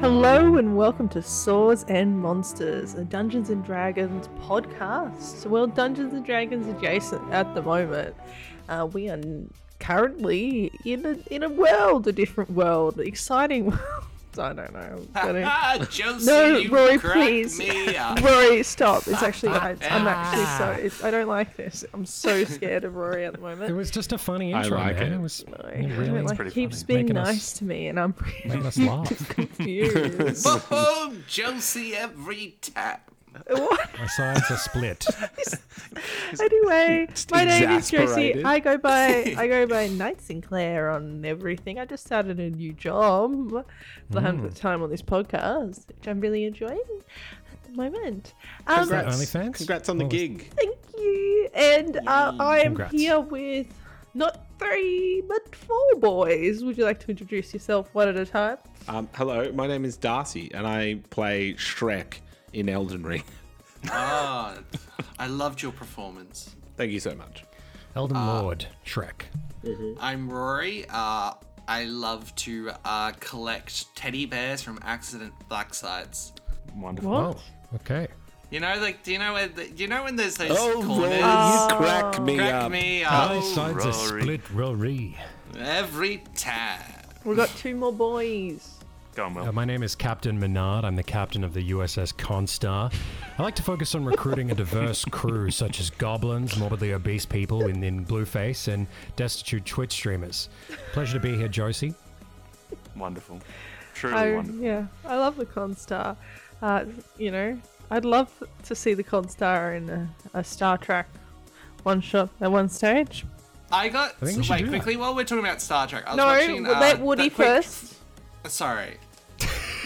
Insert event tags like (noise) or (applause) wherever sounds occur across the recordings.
and welcome to Swords and Monsters, a Dungeons and Dragons podcast. Well, Dungeons and Dragons adjacent at the moment. Uh, we are n- currently in a, in a world, a different world, exciting (laughs) world. I don't know. I'm (laughs) gonna- Ah, Josie, No, you Rory, cracked please. (laughs) me up. Rory, stop! It's actually I, (laughs) I'm actually so it's, I don't like this. I'm so scared of Rory at the (laughs) It moment. was just a funny I intro. like man. it. was I it don't really like pretty keeps funny. being Making us- nice to me, and (laughs) I'm (laughs) making us (laughs) laugh. confused. Oh, (laughs) Josie, every time. What? Our sides are split. (laughs) anyway, my name is Josie. exasperated. I go by I go (laughs) by Knight Sinclair on everything. I just started a new job for the Hmm. hundredth time on this podcast, which I'm really enjoying at the moment. Um, Is that OnlyFans? Congrats on the Oh, it's- gig. Thank you. And uh, I am Congrats. here with not three but four boys. Would you like to introduce yourself one at a time? Um, hello, my name is Darcy, and I play Shrek in Elden Ring. (laughs) Ah, I loved your performance. Thank you so much. Elden Lord, Shrek. I'm Rory. Uh, I love to uh, collect teddy bears from accident black sites. Wonderful. Oh, okay. You know, like, do you know where? The, do you know when there's those Oh, Rory, corners? you Uh, crack me Crack up. me My up sides are Rory. split, Rory. every time. We've got two more boys. Going well. Uh, my name is Captain Menard. I'm the captain of the USS Constar. I like to focus on recruiting a diverse crew, such as goblins, morbidly obese people in, in blueface, and destitute Twitch streamers. Pleasure to be here, Josie. Wonderful. Truly I, wonderful. yeah, I love the Constar. Uh, you know, I'd love to see the Constar in a, a Star Trek one shot at one stage. I got think we should do wait that. quickly while we're talking about Star Trek. I was No, watching, well, uh, let Woody that quick- first. Sorry.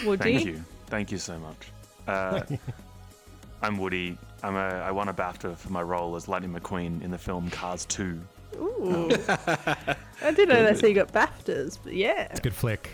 Woody. Thank you. Thank you so much. Uh, (laughs) I'm Woody. I'm a, I won a BAFTA for my role as Lightning McQueen in the film Cars 2. Ooh. I didn't know that's how you got BAFTAs, but yeah. Good flick.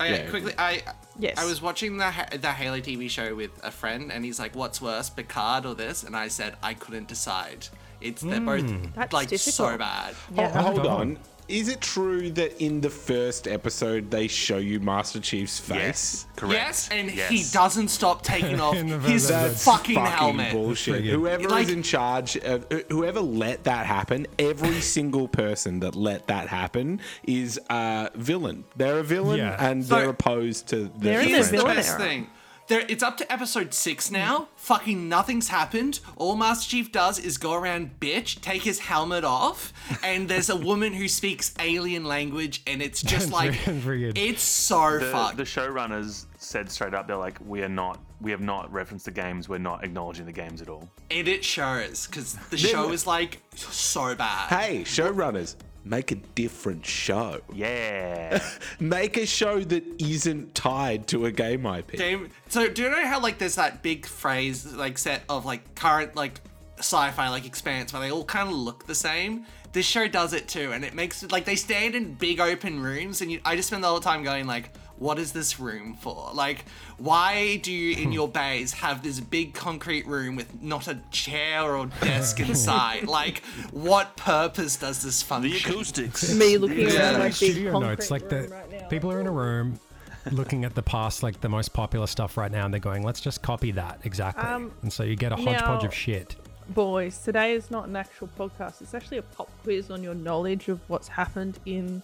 Okay, Yeah. quickly. I Yes. I was watching the Ha- the Haley TV show with a friend, and he's like, "What's worse, Picard or this?" And I said, "I couldn't decide. It's they're both That's like so difficult. bad." Yeah. Ho- hold Hold on. on. Is it true that in the first episode they show you Master Chief's face? Yes, correct. Yes, and Yes. he doesn't stop taking off In the his very That's fucking, helmet. bullshit. Friggin- Whoever Like- is in charge, of, wh- whoever let that happen, (laughs) every single person that let that happen is a villain. They're a villain, Yeah. and So- they're opposed to. The They're in their Here's the villain best era. Hmm. thing. There, it's up to episode six now. Fucking nothing's happened. All Master Chief does is go around, bitch, take his helmet off, and there's a woman who speaks alien language, and it's just That's like very- very good. it's so The, fucked. the showrunners said straight up, they're like, we are not, we have not referenced the games. We're not acknowledging the games at all. And it shows because the show is like so bad. Hey, showrunners, make a different show. (laughs) Yeah. Make a show that isn't tied to a game IP. Game. So do you know how like there's that big phrase like set of like current like sci-fi like expanse where they all kind of look the same. This show does it too, and it makes it like they stand in big open rooms, and you, I just spend the whole time going like, what is this room for? Like, why do you in your bays have this big concrete room with not a chair or desk inside? like, what purpose does this the function? acoustics. Me looking Yeah. around like like big uh, studio notes, like concrete the room right now. people are in a room looking at the past, like the most popular stuff right now, and they're going, "Let's just copy that exactly." and so you get a hodgepodge Um, now- of shit. Boys, today is not an actual podcast. It's actually a pop quiz on your knowledge of what's happened in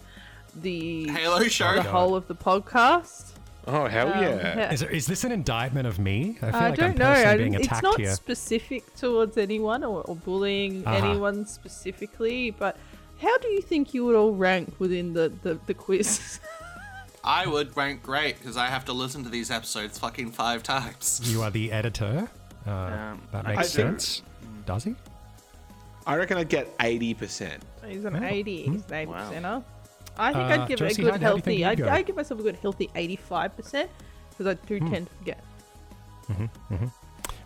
the Halo show. the whole of the podcast. Um, Oh hell yeah! Yeah. Is, there, is this an indictment of me? I feel uh, I like don't I'm know. I personally didn't- being it's attacked not here. specific towards anyone or, or bullying Uh-huh. anyone specifically, but how do you think you would all rank within the, the, the quiz? (laughs) I would rank great because I have to listen to these episodes fucking five times. You are the editor. Uh, Um, that I makes do- sense. Does he? I reckon I get eighty percent. He's an 80. He's an 80 Wow. percenter. I think Hmm. Uh, I'd give Josie, it a how good do- how do you think healthy. you'd I'd, go? I'd give myself a good healthy 85% because I do Hmm. tend to forget.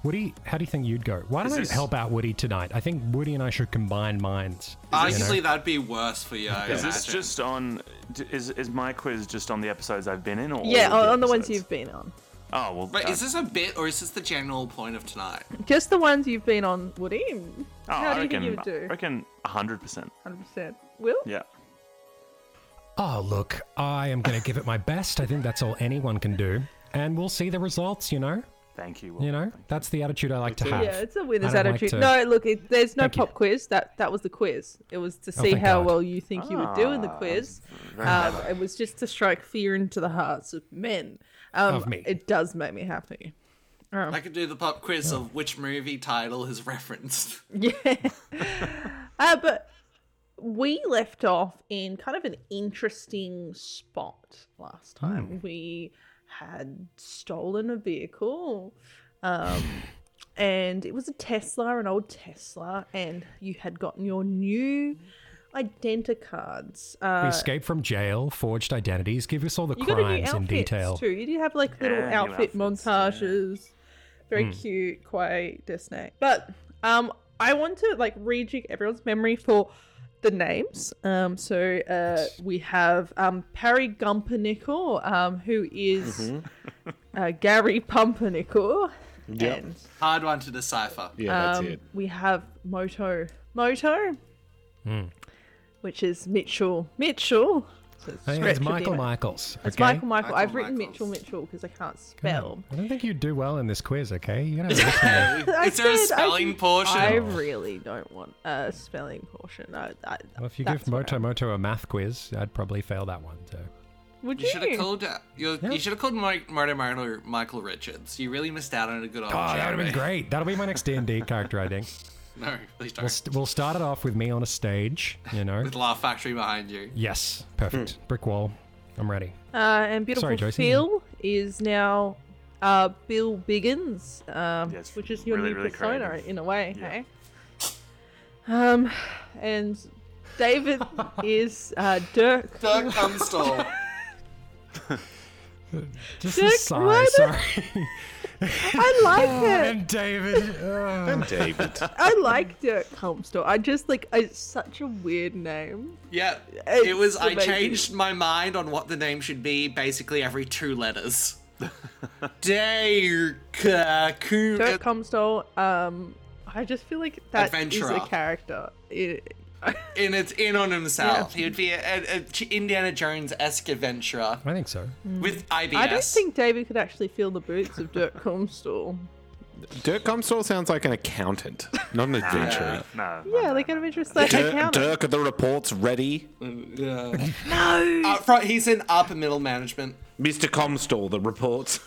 Woody, how do you think you'd go? Why don't Is I this- help out Woody tonight? I think Woody and I should combine minds. you know? Arguably, that'd be worse for you. I Is this imagine. just on? d- Is is my quiz just on the episodes I've been in, or Yeah, all on, on the ones episodes? you've been on. Oh well. Wait, uh, is this a bit or is this the general point of tonight? Just the ones you've been on, Woody. oh, How do you I reckon, think you would I do? reckon hundred percent. 100%. Will? Yeah. Oh, look, I am going to give it my best. I think that's all anyone can do. and we'll see the results. You know, Thank you. Will. you know, Thank that's the attitude I like to have. Yeah, it's a winner's I don't like attitude. to- No, look, it, there's no Thank you. Oh, pop quiz. That that was the quiz. It was to see thank how God. well you think you would do in the Ah, quiz. very Um, clever. it was just to strike fear into the hearts of men. Um, Of me. It does make me happy. I could do the pop quiz of which movie title is referenced. Yeah. uh, but we left off in kind of an interesting spot last time. We had stolen a vehicle. Um, and it was a Tesla, an old Tesla, and you had gotten your new identity cards. We Uh, escaped from jail, forged identities. Give us all the you got a new crimes in outfit detail. too. You do have like little Yeah, new outfit outfits, yeah. montages. Hmm. Very cute, quite Disney. But um, I want to like rejig everyone's memory for the names. Um, so uh, we have um, Parry Gumpernickel, um, who is, uh, Gary Pumpernickel. Yep. And Hard one to decipher. Yeah, that's um, it. we have Moto Moto, Hmm. which is Mitchell Mitchell. So it's Hey, stretch it's a bit. Michael Michaels. It's okay? Michael Michael. Michael I've written Michaels. Mitchell Mitchell because I can't spell. I don't think you do well in this quiz, okay? (laughs) You gotta listen to me. I Is there a said I spelling didn't- portion? I really don't want a spelling portion. I, I, Well, if you that's give what Moto Moto a math quiz, I'd probably fail that one Oh, too. I- would You you? should have called. uh, You, Yeah. you should have called Mike, Marty Marner Michael Richards. You really missed out on a good Oh, opportunity. that would have been great. That'll be my next D and (laughs) D character, I think. (laughs) No, please don't. We'll, st- we'll start it off with me on a stage. You know. With Laugh Factory behind (laughs) you. Yes, perfect. Hmm. Brick wall. I'm ready. Uh, and beautiful Sorry, Joyce, Phil is now uh, Bill Biggins, um, Yeah, it's which is your really, new really persona creative. in a way. Yeah. Hey. Um, and (laughs) David is uh, Dirk. Dirk Cumstall. Just Dick, a sigh. why did- (laughs) Sorry. I like it. and (laughs) David. uh, (laughs) David. I like Dirk Comstock. I just like it's such a weird name. Yeah, It's it was. I amazing. changed my mind on what the name should be basically every (laughs) two letters. Dirk uh, Coon- Dirk Comstock. Um, I just feel like that is Adventurer. a character. It, in it's in on himself. He would be a, a, a Ch- Indiana Jones esque adventurer I think so. with IBS. I don't think David could actually feel the boots of (laughs) Dirk Comstock. Dirk Comstall sounds like an accountant, not an adventurer. No. no, Yeah, no, like no, an no. adventurous like Dirk, accountant. Dirk, the report's ready. (laughs) Mm, Yeah. no. Up front, he's in upper middle management. Mr. Comstall, the reports.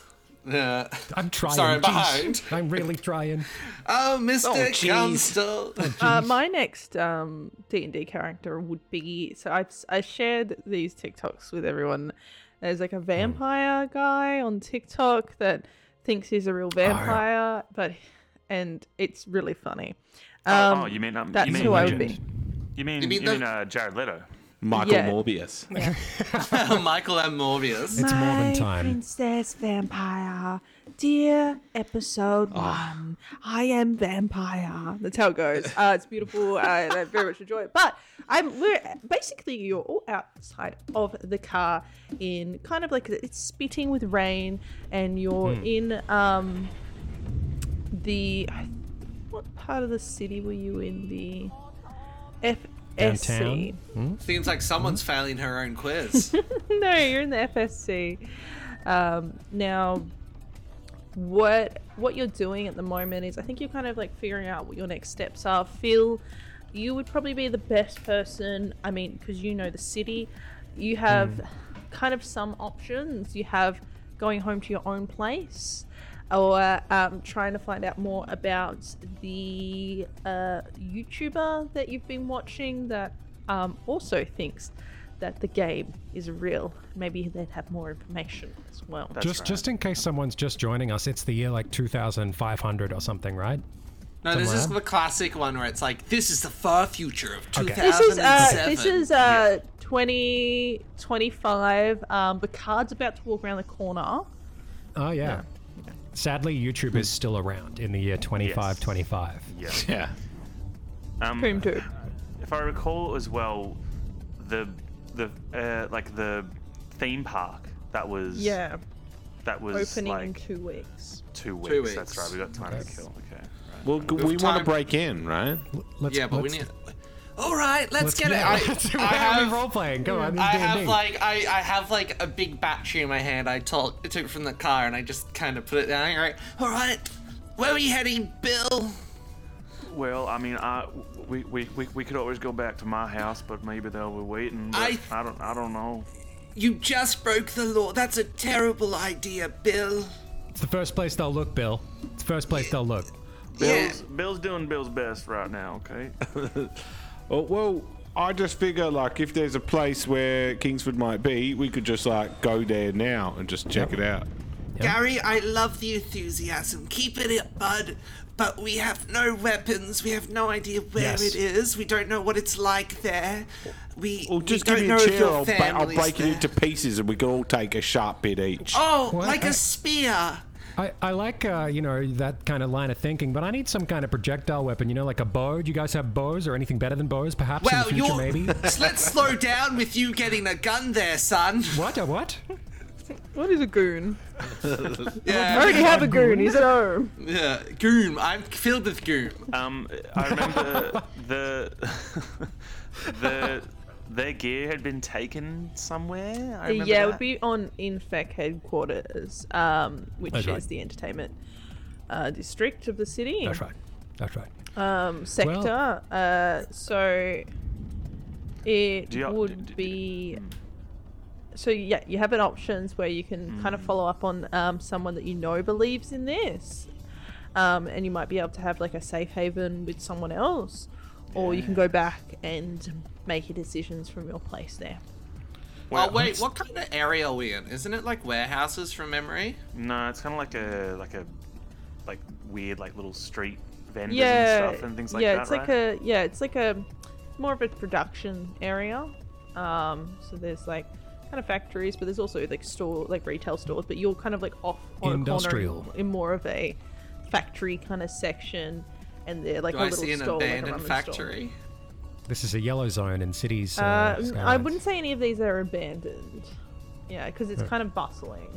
Yeah. I'm trying. Sorry, I'm Jeez. behind. I'm really trying. Oh, Mr. Oh, jeez. Cumstall. Uh, my next um, D&D character would be so I've s- I shared these TikToks with everyone. There's like a vampire guy on TikTok that thinks he's a real vampire, but and it's really funny. Oh, Um, oh, you mean um, that's you mean, who I would you mean- be. You mean you mean mean, the- uh, Jared Leto? Michael Yeah. Morbius. (laughs) Michael M. Morbius. It's more than Hi, time. Princess Vampire. Dear episode Ah. one, I am vampire. That's how it goes. (laughs) Uh, it's beautiful. uh, and I very much enjoy it. But I'm we're basically you're all outside of the car in kind of like it's spitting with rain, and you're Hmm. in um the what part of the city were you in the FSC? Downtown? Seems like someone's failing her own quiz. (laughs) no, you're in the FSC. Um, now, what what you're doing at the moment is, I think you're kind of like figuring out what your next steps are. Phil, you would probably be the best person. I mean, because you know the city, you have kind of some options. You have going home to your own place. Or um, trying to find out more about the uh, YouTuber that you've been watching that um, also thinks that the game is real. Maybe they'd have more information as well. That's Just right. just in case someone's just joining us, it's the year like 2500 or something, right? No, this is Somewhere. the classic one where it's like, this is the far future of 2007. This is uh, this is uh, twenty twenty five. Um, the card's about to walk around the corner. Oh yeah. Sadly, YouTube is still around in the year 2525. Yeah. Yeah. Um, Boom two. if I recall as well, the the uh, like the theme park that was Yeah, that was opening in like two weeks. two weeks. Two That's weeks. right. We got time to kill. Okay. Well, g- we want time- to break in, right? Let's, Yeah, but we let's- need. all right, let's, get yeah, (laughs) it. (laughs) let's- I, why I are we have role playing. Go on. this I is have D&D. like I, I have like a big battery in my hand. I took took it from the car and I just kind of put it down. All right, all right. Where are you heading, Bill? Well, I mean, I we, we, we, we could always go back to my house, but maybe they'll be waiting. but I- I don't I don't know. You just broke the law. That's a terrible idea, Bill. It's the first place they'll look, Bill. It's the first place they'll look. Yeah. Bill's, Bill's doing Bill's best right now. Okay. Oh, well, I just figure like if there's a place where Kingsford might be, we could just like go there now and just check it out. Gary, I love the enthusiasm. Keep it up, bud. But we have no weapons. We have no idea where Yes. it is. We don't know what it's like there. We, Well, just we give don't me a know if chair. your I'll, ba- I'll family's break it there. into pieces, and we can all take a sharp bit each. Oh, Well, like a I- spear. I, I like, uh, you know, that kind of line of thinking, but I need some kind of projectile weapon, you know, like a bow. Do you guys have bows or anything better than bows, perhaps, Well, in the future, you're. (laughs) maybe? (laughs) Let's slow down with you getting a gun there, son. what? A what? What is a goon? I Yeah, already have a goon. He's at home. yeah. Goom. I'm filled with goom. Um, I remember the (laughs) the their gear had been taken somewhere. I remember yeah, it that. would be on Infec headquarters, um, which That's right. is the entertainment uh, district of the city That's right. That's right. um, sector. uh, so it Do you- would d- mm. d- be. So yeah, you have an options where you can kind Mm. of follow up on um, someone that you know believes in this, um, and you might be able to have like a safe haven with someone else, or you can go back and make your decisions from your place there. oh (laughs) wait, what kind of area are we in? Isn't it like warehouses from memory? No, it's kind of like a like a like weird like little street vendors and stuff and things like yeah, that. it's right? like a yeah, it's like a more of a production area. Um, so there's like kind of factories, but there's also like store like retail stores, but you're kind of like off on a Industrial. corner in- in more of a factory kind of section, and they're like Do a I little see an store, like a abandoned ramen store. factory? This is a yellow zone in cities. Uh, Uh, n- I skylines. wouldn't say any of these are abandoned. Yeah, because it's kind of bustling.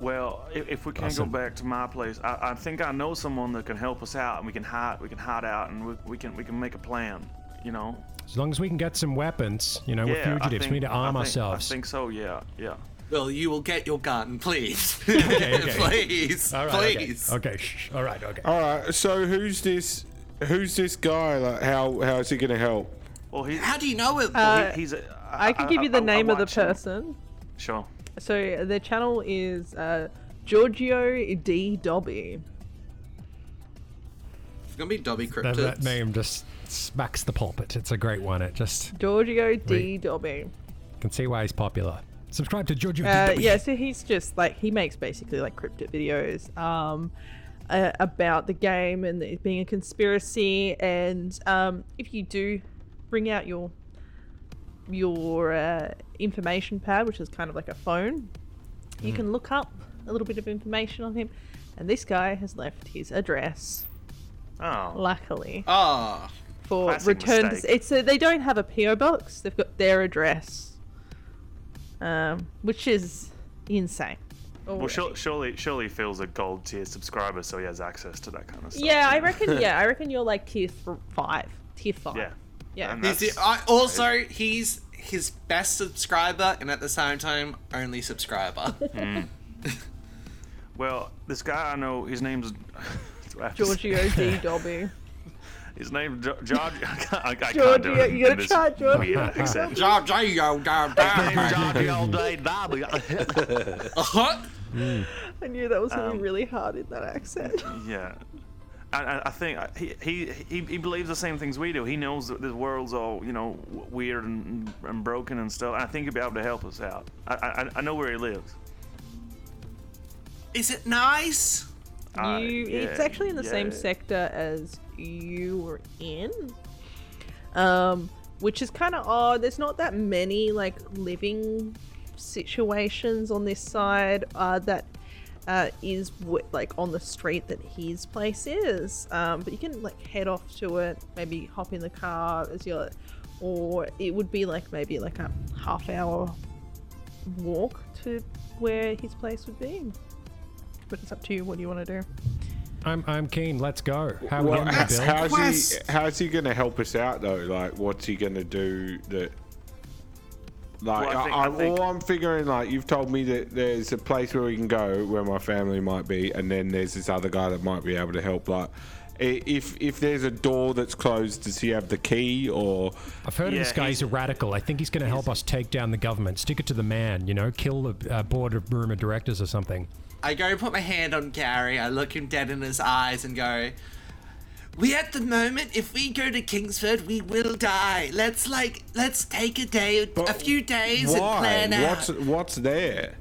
Well, i- if we can Awesome. go back to my place, I, I think I know someone that can help us out, and we can hide. We can hide out, and we, we can we can make a plan. You know. As long as we can get some weapons, you know, we're yeah, I fugitives. think- we need to I arm think- ourselves. I think so. Yeah. Yeah. Well, you will get your gun, please. (laughs) okay. (laughs) please. All right, okay. please. Okay. shh, All right. Okay. All right. So who's this? Who's this guy? Like, how how is he gonna help? Well, he, How do you know it? he, Uh, he's. A, I can give you the I- I name of the watch him. person. Sure. So the channel is uh, Giorgio D Dobby. it's gonna be Dobby That, Cryptids. that name just smacks the pulpit. It's a great one. It just Giorgio D Wait. Dobby. can see why he's popular. Subscribe to Giorgio Uh, DW. yeah, so he's just like he makes basically like cryptid videos um, uh, about the game and it being a conspiracy. And um, if you do bring out your your uh, information pad, which is kind of like a phone, you can look up a little bit of information on him. And this guy has left his address, Oh. luckily. Ah. for Classic return. mistake. To, it's a, they don't have a PO box. They've got their address, um, which is insane. Well, already. sure, surely, surely Phil's a gold tier subscriber, so he has access to that kind of stuff. yeah, I you know? reckon. Yeah, I reckon you're like tier th- five, tier five. Yeah. yeah. And Is that's- it, I, also, he's his best subscriber and at the same time, only subscriber. Well, this guy I know, his name's. (laughs) do I have to say- Giorgio D. Dobby. His name, George. I can't, I, I can't do Giorgio, it. you gotta in this try Giorgio. (laughs) weird accent. Jar- jar- (laughs) yo, jar- jar. (laughs) Uh-huh. (laughs) I knew that was gonna be really hard in that accent. yeah. I- I, I think I- he, he he he believes the same things we do. He knows that the world's all you know w- weird and, and broken and stuff. And I think he'll be able to help us out. I I, I know where he lives. Is it nice? I- you, it's Uh, yeah, actually in the same yeah. sector as you were in, um, which is kind of odd. There's not that many like living situations on this side uh, that uh, is w- like on the street that his place is. Um, but you can like head off to it, maybe hop in the car as your, or it would be like maybe like a half hour walk to where his place would be. But it's up to you. What do you want to do? I'm I'm keen. Let's go. How we Well, getting the that's bill? how- how's Quest. he? How's he gonna help us out though? Like, what's he gonna do that? Like, Well, I I think- I, I am think- all I'm figuring, like, you've told me that there's a place where we can go where my family might be, and then there's this other guy that might be able to help. Like, i- if if there's a door that's closed, does he have the key or? I've heard of this Yeah, guy. He's, a he's- radical. I think he's going to help us take down the government. Stick it to the man. You know, kill the uh, board of room of directors or something. I go put my hand on Gary, I look him dead in his eyes and go, We at the moment, if we go to Kingsford, we will die. Let's like, let's take a day, a few days Why? and plan What's out. what's there?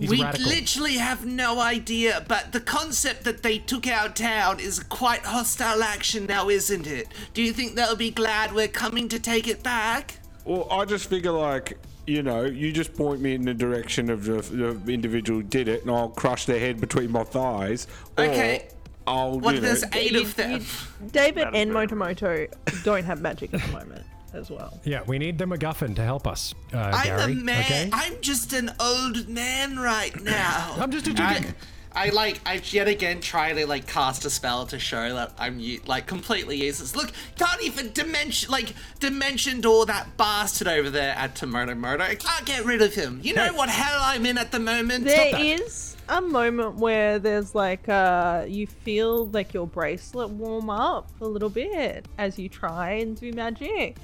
He's we radical. literally have no idea, but the concept that they took our town is quite hostile action now, isn't it? Do you think they'll be glad we're coming to take it back? Well, I just figure like you know, you just point me in the direction of the, the individual who did it, and I'll crush their head between my thighs. or Okay. I'll What you if know, there's eight You- of them? you- David That is and very Motomoto don't have magic at the moment as well. Yeah, we need the MacGuffin to help us, uh, I'm Gary. a man. Okay. I'm just an old man right now. (laughs) I'm just a I, chicken. I like. I yet again try to like cast a spell to show that I'm u- like completely useless. Look, can't even dimension like dimensioned all that bastard over there at Tomoto Moto. I can't get rid of him. You know what hell I'm in at the moment. There is a moment where there's like uh you feel like your bracelet warm up a little bit as you try and do magic.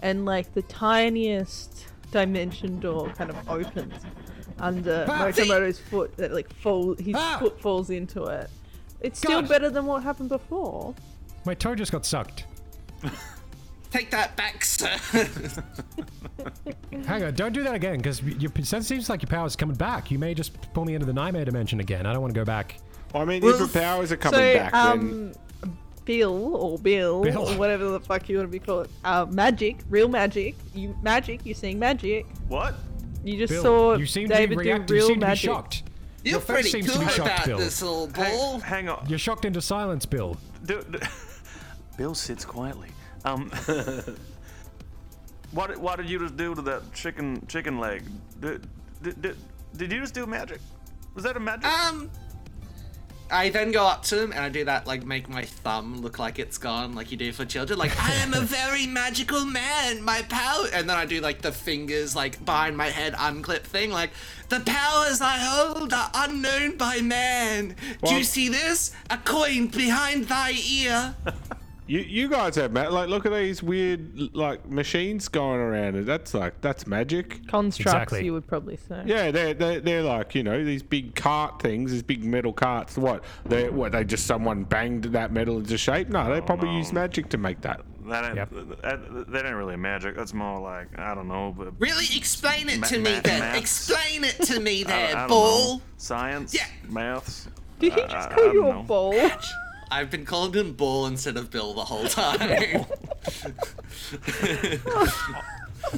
And like the tiniest dimension door kind of opens under Ah! Motomoto's foot that like fall his Ah! foot falls into it. It's still God. better than what happened before. My toe just got sucked. Take that back, sir. (laughs) Hang on, don't do that again, because your it seems like your power's coming back. You may just pull me into the nightmare dimension again. I don't want to go back. I mean, if the powers are coming so back, then um Bill or Bill, Bill. or whatever the fuck you want to be called. Uh, magic, real magic. You magic, you're seeing magic. What? You just Bill, saw you seem David to be react- do real You seem magic. to be shocked. You're Your face pretty seems to cool be shocked, about Bill. this little ball. Hang, hang on. You're shocked into silence, Bill. Do, do- (laughs) Bill sits quietly. Um, (laughs) what did- what did you just do to that chicken chicken leg? Did, did, did, did you just do magic? Was that a magic? Um. I then go up to him and I do that, like, make my thumb look like it's gone, like you do for children. Like, I am a very magical man, my power. And then I do, like, the fingers, like, behind my head unclip thing. Like, the powers I hold are unknown by man. do you Well- see this? A coin behind thy ear. you you guys have ma Like, look at these weird like machines going around, and that's like that's magic. Constructs, Exactly. you would probably say. Uh, Yeah, they're, they're they're like you know these big cart things, these big metal carts. What they what they just someone banged that metal into shape? No, they probably used magic to make that. that ain't Yep. that, that ain't really magic. That's more like I don't know, but Really? Explain it Ma- to me ma- then. maths. Explain it to me I, there, I don't ball. know. Science. Yeah. Maths. Did he I- just I- call I you don't a know. (laughs) ball? I've been calling him Ball instead of Bill the whole (laughs) time.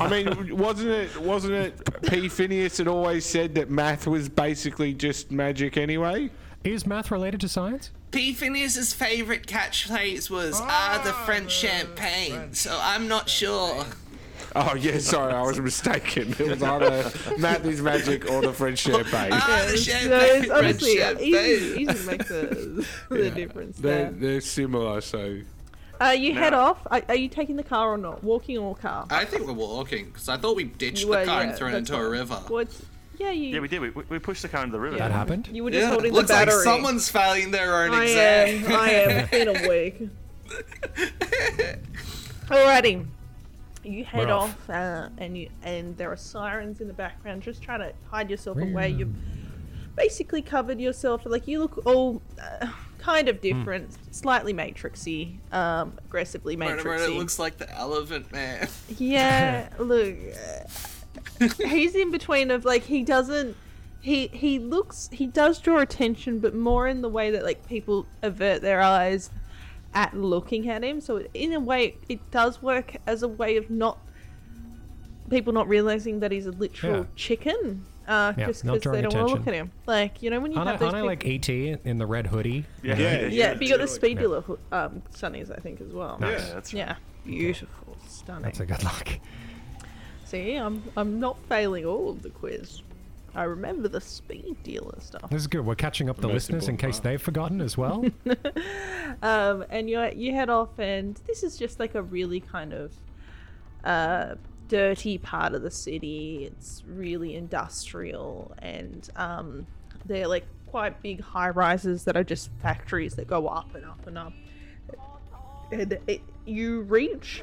I mean, (laughs) wasn't it wasn't it P Phineas that always said that math was basically just magic anyway? Is math related to science? P. Phineas's favorite catchphrase was "Ah, the French champagne." So I'm not sure. Oh yeah, sorry, I was mistaken. It was either math is magic or the eh? French champagne. (laughs) Ah, the Yes, champagne, no, it's French honestly uh, easy, champagne. easy to make (laughs) the, the difference They're, there. they're similar, so Uh, you head No. off. Are, are you taking the car or not? Walking or Uh, car? I think we're walking because I thought we ditched You the were, car and yeah, thrown that's into a fine. river. What's, yeah, you, Yeah, we did. We, we- we pushed the car into the river. Yeah. That happened. you were just Yeah, holding looks the like battery. someone's failing their own I exam. am. (laughs) I am. It's been a week. Alrighty. You head We're off, off. uh, and you and there are sirens in the background, just trying to hide yourself away. You've basically covered yourself. Like you look all uh, kind of different, slightly matrixy, um, aggressively Murder, murder, matrixy. It looks like the Elephant Man. Yeah, (laughs) look, uh, he's in between of like he doesn't. He he looks he does draw attention, but more in the way that like people avert their eyes at looking at him. So in a way, it does work as a way of not people not realizing that he's a literal Yeah. chicken, uh, Yeah, just not because they drawing don't want to look attention. at him. Like you know when you Aren't I, have those aren't I big- like ET in the red hoodie? Yeah. Yeah, yeah, yeah, but you got the speed Yeah. dealer ho- um, sunnies I think as well. Yeah, Yeah. that's right. Yeah, beautiful, stunning. That's a good luck. See, I'm I'm not failing all of the quiz. I remember the speed dealer stuff. This is good. We're catching up the Most listeners in important case part. they've forgotten as well. (laughs) Um, and you you head off, and this is just like a really kind of uh, dirty part of the city. It's really industrial, and um, they're like quite big high rises that are just factories that go up and up and up. And it, you reach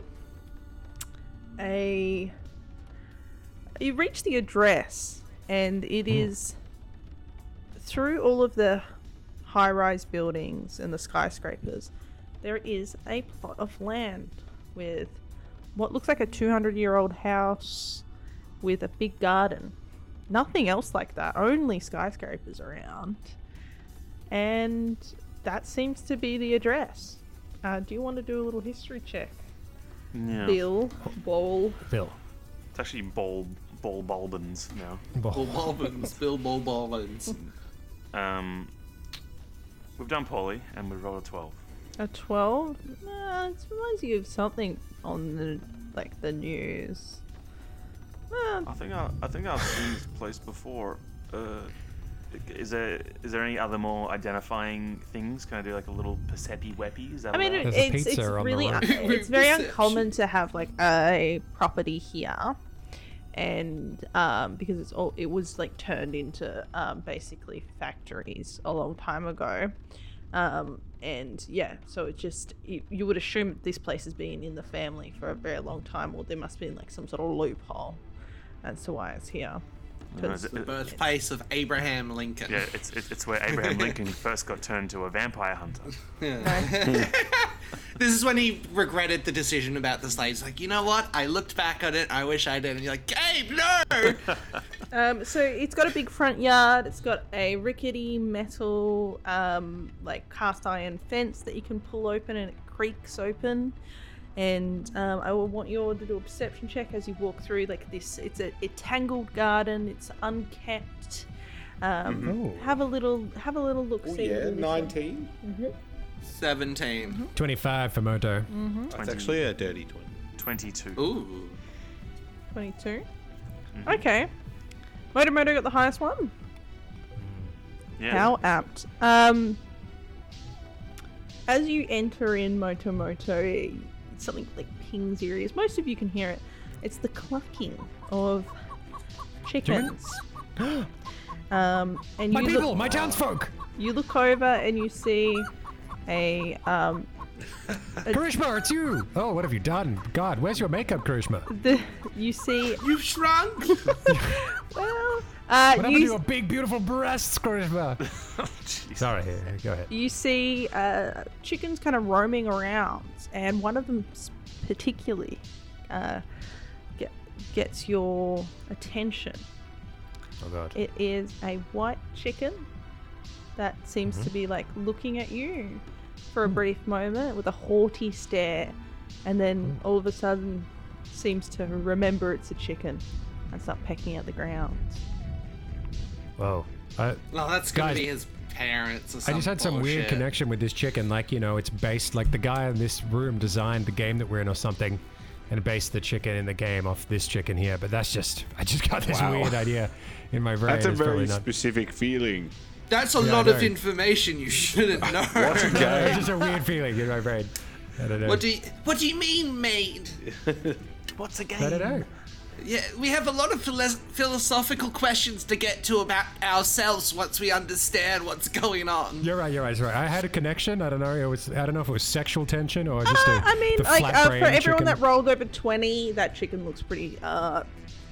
a you reach the address, and it is through all of the high rise buildings and the skyscrapers, there is a plot of land with what looks like a 200 year old house with a big garden. Nothing else like that, only skyscrapers around. And that seems to be the address. Uh, do you want to do a little history check? Yeah. Bill, Wall, Bill. It's actually bulb bulb bulbins now. (laughs) Bill Well, Bobbins, Bill Bull Bobbins. Um, we've done poorly and we rolled a twelve. a 12? Nah, it reminds you of something on the like the news. Uh, I think I, I think I've seen this place before. Uh, is there is there any other more identifying things? Can I do like a little Persepi Weppy? Is that I mean, allowed? it, There's a it's, it's pizza on the really (laughs) road. it's very uncommon to have like a property here, and um, because it's all it was like turned into um, basically factories a long time ago, um, and yeah, so it just you, you would assume that this place has been in the family for a very long time, or there must be like some sort of loophole as to why it's here. No, is 'Cause- it- it- Birthplace of Abraham Lincoln. yeah, it's, it's it's where (laughs) Abraham Lincoln first got turned to a vampire hunter. This is when he regretted the decision about the slaves. Like, you know what? I looked back on it. I wish I did. And you're like, Gabe, no! (laughs) Um, so it's got a big front yard. It's got a rickety metal, um, like cast iron fence that you can pull open and it creaks open. And um, I will want you all to do a perception check as you walk through. Like this, it's a, a tangled garden. It's unkept. Um, Have a little, have a little look. see what yeah, it is. 19. 17. 25 for Moto. That's actually a dirty 20. Twenty-two. Ooh. 22 Okay, Moto Moto got the highest one. Yeah. (laughs) How apt. Um, as you enter in Motomoto, something like pings your ears. Most of you can hear it. It's the clucking of chickens. (gasps) um, and My you people, look, my townsfolk. you look over and you see a um, (laughs) Karishma, it's you. Oh, what have you done? God, where's your makeup, Karishma? the, you see You've (laughs) shrunk! well uh, What happened to you your big, beautiful breasts, Karishma? Oh, Sorry, here, here, go ahead. you see uh, chickens kind of roaming around, and one of them s- particularly uh, get, gets your attention. Oh, God. It is a white chicken that seems to be like looking at you for a brief moment with a haughty stare, and then all of a sudden seems to remember it's a chicken and start pecking at the ground. Whoa. I, No, that's gonna Guys, be his parents or I something. just had some weird connection with this chicken. Like, you know, it's based, like, the guy in this room designed the game that we're in or something and based the chicken in the game off this chicken here. But that's just, I just got this Wow. weird idea in my brain. That's a It's probably very not- specific feeling. That's a Yeah, I lot of know. information you (laughs) shouldn't know. What a It's game. just a weird feeling in my brain. I don't know. What do you What do you mean, mate? What's a game? I don't know. Yeah, we have a lot of philo- philosophical questions to get to about ourselves once we understand what's going on. You're right. You're right. You're right. I had a connection. I don't know. It was. I don't know if it was sexual tension or just. Uh, a, I mean, the like flat uh, for brain everyone chicken. that rolled over twenty, that chicken looks pretty, uh,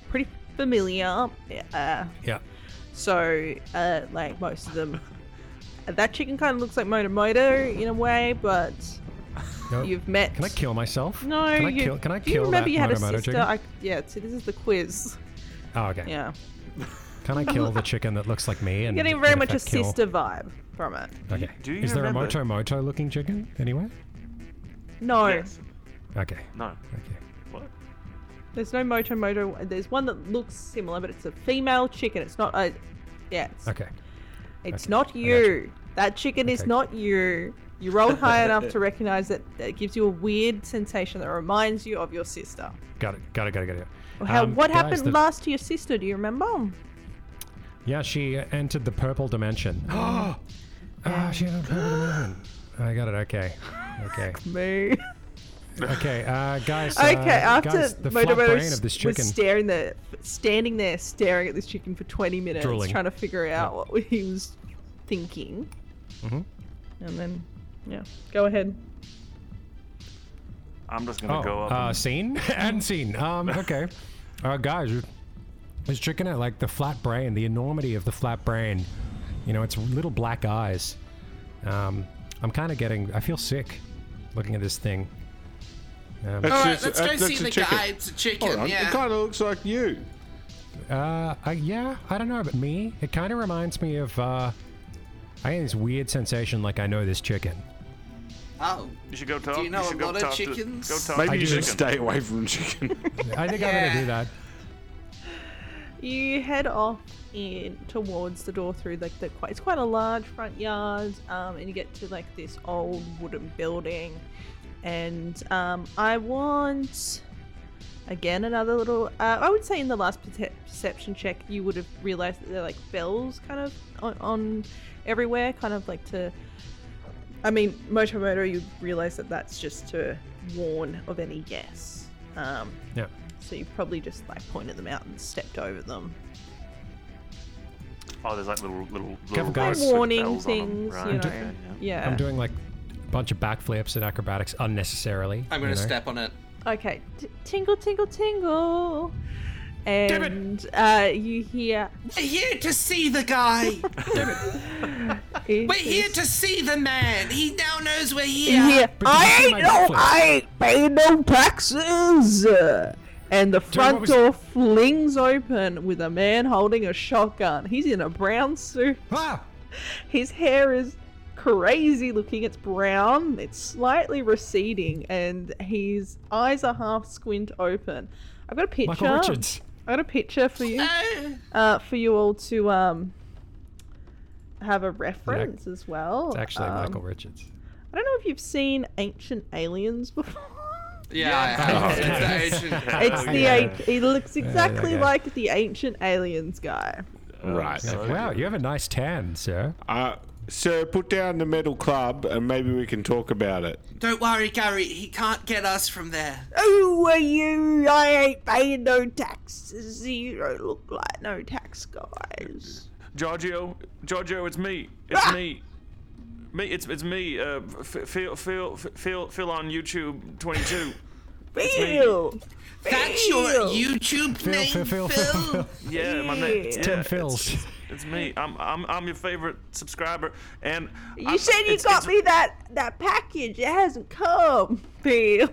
pretty familiar. Uh, Yeah. so, uh, like most of them, (laughs) that chicken kind of looks like Moto Moto in a way, but No. you've met. Can I kill myself? No, Can I you, kill? Can I do kill you remember that you had a Motomoto sister? chicken? I, yeah. See, this is the quiz. Oh, okay. Yeah, Can I (laughs) kill the chicken that looks like me? And getting very and much a if I kill- sister vibe from it. Okay. Do you Is there remember- a Moto Moto looking chicken anywhere? No, Yes. Okay. No. Okay. What? there's no Moto Moto. There's one that looks similar, but it's a female chicken. It's not a. Yeah, it's Okay. It's Okay, not I gotcha. you. That chicken is Okay. not you. You (laughs) rolled high enough to recognize that it gives you a weird sensation that reminds you of your sister. Got it. Got it. Got it. Got it. How, Um, what guys, happened the- (laughs) last to your sister? Do you remember? Yeah, she entered the purple dimension. (gasps) Oh, she entered the purple dimension. I got it. Okay. (laughs) Okay. Moo. Okay, uh, guys. uh, Okay, after guys, the flat Motorola brain of this was chicken. staring there, standing there staring at this chicken for 20 minutes, Drooling. trying to figure out what (laughs) he was thinking. Mm-hmm. And then, yeah, go ahead. I'm just gonna oh, go up. uh, seen (laughs) (laughs) and seen. Um, okay, uh, guys, this chicken out like the flat brain, the enormity of the flat brain. You know, its little black eyes. Um, I'm kind of getting. I feel sick looking at this thing. Um, That's All right, just- let's that- go that's see a the chicken. guy. It's a chicken. Hold on, yeah. it kind of looks like you. Uh, I, yeah, I don't know, but me, it kind of reminds me of, uh, I have this weird sensation like I know this chicken. Oh, you should go talk. you know should a go lot of talk to- chickens? go talk Maybe to you should chicken. stay away from chicken. I (laughs) think I'm Yeah. gonna do that. You head off in towards the door through like the quite, it's quite a large front yard, um, and you get to like this old wooden building, and um, I want again another little. Uh, I would say in the last perce- perception check, you would have realized that they're like bells kind of on, on everywhere, kind of like to. I mean, Motomoto, you realize that that's just to warn of any guess. Um, Yeah. so you probably just like pointed them out and stepped over them. Oh, there's like little little Careful, little guys. ropes with Warning bells on 'em, things, right? you know. okay, yeah. yeah. I'm doing like a bunch of backflips and acrobatics unnecessarily. I'm you gonna know? step on it. Okay. T- tingle, tingle, tingle. And uh, you hear. We're here to see the (laughs) guy. We're here to see the man. He now knows we're here. But did you see my backflip? ain't paid no taxes. And the front was- door flings open with a man holding a shotgun. He's in a brown suit. Ah! His hair is crazy looking. It's brown, it's slightly receding, and his eyes are half squint open. I've got a picture. Michael Richards. I got a picture for (laughs) you, uh, for you all to um, have a reference as well. It's actually Um, Michael Richards. I don't know if you've seen Ancient Aliens before. Yeah, I- it's the Asian. it's the Oh, yeah. an- he looks exactly guy. like the Ancient Aliens guy. (laughs) right. Like, wow, you have a nice tan, sir. Uh, sir, put down the metal club and maybe we can talk about it. Don't worry, Gary. He can't get us from there. Who are you? I ain't paying no taxes. You don't look like no tax guys. Giorgio, Giorgio, it's me. It's Ah! me. Me, it's it's me. Uh, f- Phil, Phil, Phil, Phil on YouTube 22. Bill, That's your Phil. YouTube name, Phil, Phil, Phil, Phil. Yeah, my name. Yeah. (laughs) Yeah, Tim it's- Phils. It's me. I'm I'm I'm your favorite subscriber, and you I'm- said you it's- got it's- me that that package. It hasn't come, (laughs) Bill.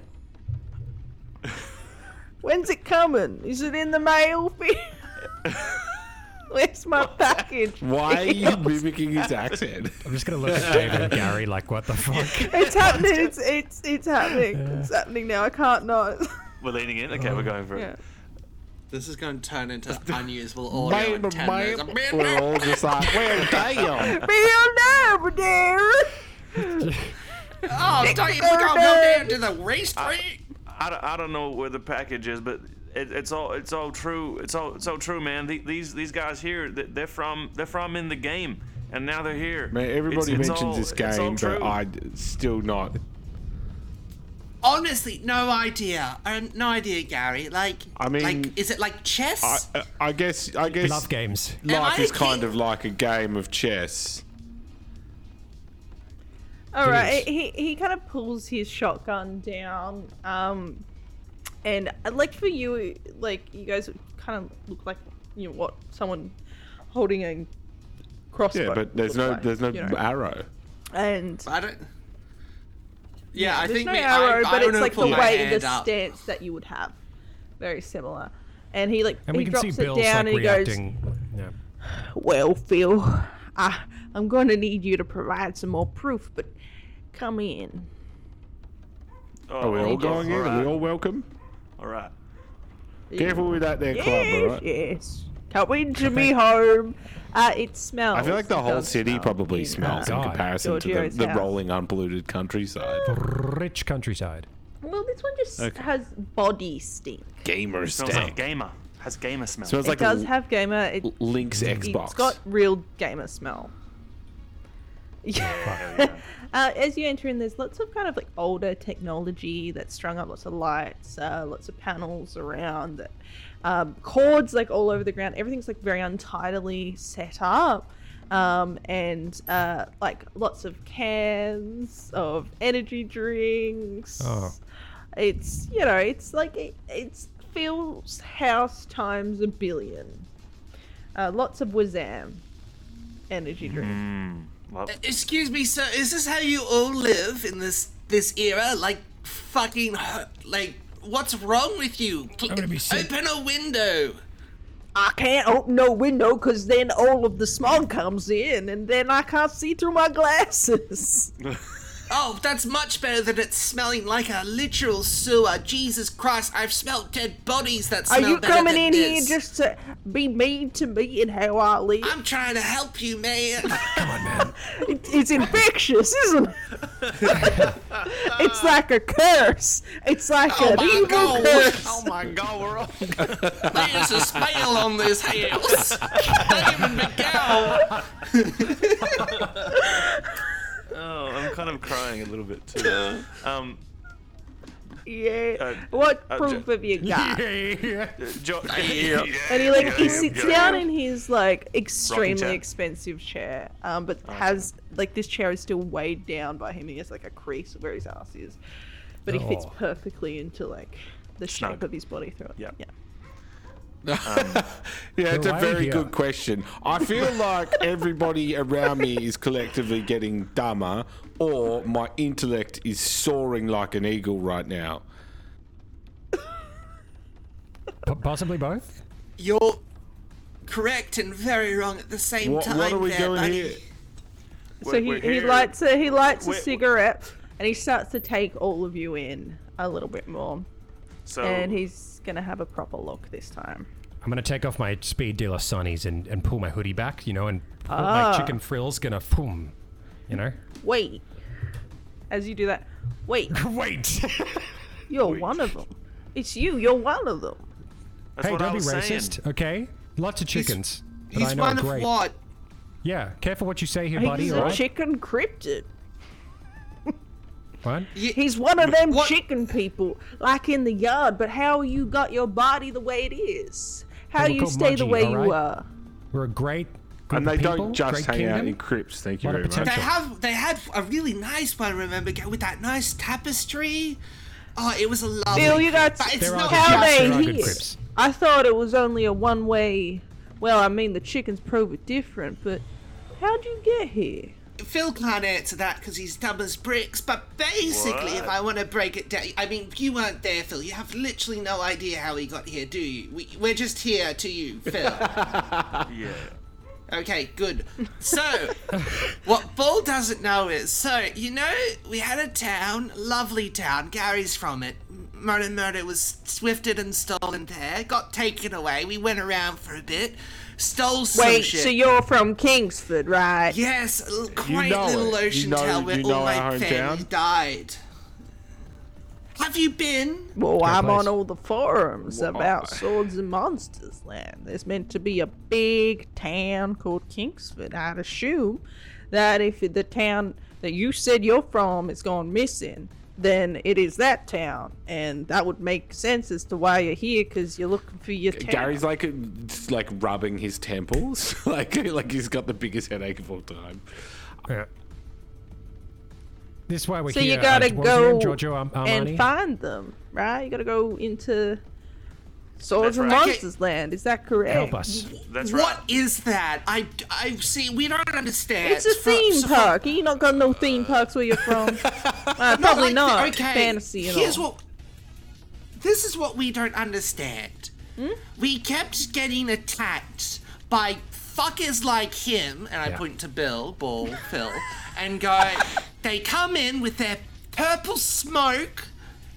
When's it coming? Is it in the mail, Bill? Where's my package? Why are you mimicking his accent? I'm just gonna look at David and Gary like, what the fuck? It's happening. It's it's it's happening. It's happening now. I can't not. (laughs) We're leaning in. Okay, we're going for it. Yeah. This is going to turn into unusable audio Mate, in ten mate. minutes. We're all just like, well, damn. Bill, no, dear. Oh, don't you think I'll go down to the race track? I don't, I don't know where the package is, but it, it's all it's all true. It's all it's all true, man. The, these these guys here, th- they're from they're from in the game, and now they're here. Man, everybody It's- it's mentions all- this it's all game, but true. I still not. Honestly, no idea. Uh, no idea, Gary. Like, I mean- like, is it like chess? I, I- I guess, I guess, Love games. life Am I is the kind king? of like a game of chess. All right, Please. he he kind of pulls his shotgun down, um, and I'd like for you, like you guys, kind of look like you know what someone holding a crossbow. Yeah, but looks there's no, like, there's no you know. arrow. and I don't. Yeah, I there's think no me, arrow, I, I but don't it's know, like put the my way hand the up. stance that you would have, very similar. And he like And he we can drops see it Bill's down like and he goes, reacting. Yeah. Well, Phil, (laughs) I, I'm going to need you to provide some more proof, but come in. Are we all going in? Are we right. all welcome? All right. Careful with that (laughs) there club, yes, alright? yes. Come into (laughs) me home. Uh, it smells. I feel like It the whole does city smell. probably Yeah. smells in God. comparison to Giorgio's the, the house. rolling, unpolluted countryside. Rich countryside. Well, this one just has body stink. Gamer Sounds like stank. gamer. has gamer smell. Smells It So like does L- have gamer. It, Link's it's (laughs) Xbox. (laughs) got real gamer smell. (laughs) Yeah. Uh, as you enter in, there's lots of kind of like older technology that's strung up, lots of lights, uh, lots of panels around, um, cords like all over the ground. Everything's like very untidily set up, um, and uh, like lots of cans of energy drinks. Oh. It's you know, it's like it, it's feels house times a billion. Uh, lots of Wazam energy drinks. Excuse me, sir. Is this how you all live in this this era? Like fucking hu- like what's wrong with you? Pl- I'm gonna be sick. Open a window. I can't open no window because then all of the smog comes in and then I can't see through my glasses. Oh, that's much better than it smelling like a literal sewer. Jesus Christ, I've smelled dead bodies that Are smell you better coming than in here this. just to be mean to me and how I live? I'm trying to help you, man. It- It's infectious, isn't it? (laughs) it's like a curse. It's like oh an my evil god! curse. (laughs) Oh my god! We're all... There's a spell on this house. David (laughs) McGowan. oh, I'm kind of crying a little bit too. um, Yeah. Uh, what uh, proof ju- have (laughs) you got? uh, jo- And he like he sits yeah. down in his like extremely chair. Oh, expensive chair, um, but has like this chair is still weighed down by him. and He has like a crease where his ass is, but he fits Oh. perfectly into like the shape Snug. of his body through it. Yeah. yeah. Yeah, it's a Right very here. good question. I feel (laughs) like everybody around me is collectively getting dumber, or my intellect is soaring like an eagle right now. P- possibly both. You're correct and very wrong at the same What, time. what are we there, doing buddy. here? So We're- he, we're he here. lights a he lights a We're- cigarette, and he starts to take all of you in a little bit more, So and he's gonna have a proper look this time. I'm gonna take off my speed dealer sunnies and, and pull my hoodie back, you know, and pull my Ah. chicken frills gonna boom, you know. Wait, as you do that, wait, Wait. you're one of them. It's you. You're one of them. that's hey, what I don't be was saying. racist, okay? Lots of chickens. but I He's know one great. of what? Yeah, careful what you say here, buddy. He's all a right? chicken cryptid. What? He's one of them What? chicken people, like in the yard. But how you got your body the way it is? How we're you called stay the Mudgy, way all you right? are? We're a great group And they of people, don't just great hang kingdom. out in crypts. Thank you What a very much. They potential. have they had a really nice one, remember, with that nice tapestry. Oh, it was a lovely. Bill, you got But it's There not are good how chips, just they there are good here. crips. I thought it was only a one-way. Well, I mean the chickens prove it different, but how'd you get here? Phil can't answer that because he's dumb as bricks. But basically, if What? I want to break it down, I mean, you weren't there, Phil. You have literally no idea how he got here, do you? We, we're just here to you, Phil. (laughs) Yeah. Okay, good. (laughs) So, what Ball doesn't know is so, you know, we had a town, lovely town, Gary's from it. Murder Murder was swifted and stolen there, got taken away. We went around for a bit, stole some Wait, shit. so you're from Kingsford, right? Yes, a little- quaint know little it. You ocean know- town where you all know our my family hometown? died. Have you been? Well, I'm place. on all the forums about Swords and Monsters Land. There's meant to be a big town called Kingsford. I'd assume that if the town that you said you're from is gone missing, then it is that town, and that would make sense as to why you're here because you're looking for your town. Gary's like uh, just, like rubbing his temples, (laughs) like like he's got the biggest headache of all time. Yeah. This is why we're so here. you gotta uh, what was your go name, Giorgio Ar- Armani? and find them, right? You gotta go into Swords That's and right. Monsters Land. Is that correct? Help us. That's right. What is that? I, I see. We don't understand. It's a For- theme so for- park. You not got no theme parks where you're from. (laughs) Uh, probably like not. the- okay, Fantasy and here's all. what. This is what we don't understand. Hmm? We kept getting attacked by fuckers like him, and I Yeah. point to Bill, Ball, Phil, and go. (laughs) They come in with their purple smoke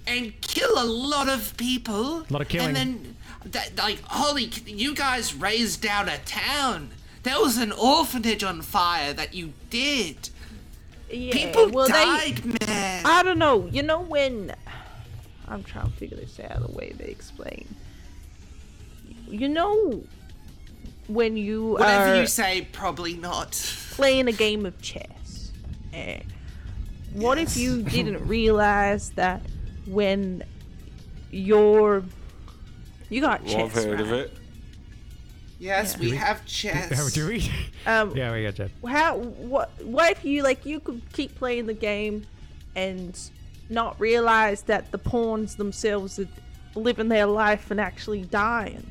and kill a lot of people. Lot of killing. And then, that, like, holy, c- you guys raised down a town. There was an orphanage on fire that you did. Yeah, People well, they- died, man. I don't know. You know when? I'm trying to figure this out. The way they explain. you know when you Whatever are you say, probably not. playing a game of chess. Eh. What Yes. if you (laughs) didn't realize that when your you got Well, I've chess, heard of right? it. Yes, we have How (laughs) chess. do we? Um, yeah, we got that. how what what if you like you could keep playing the game and not realize that the pawns themselves are living their life and actually dying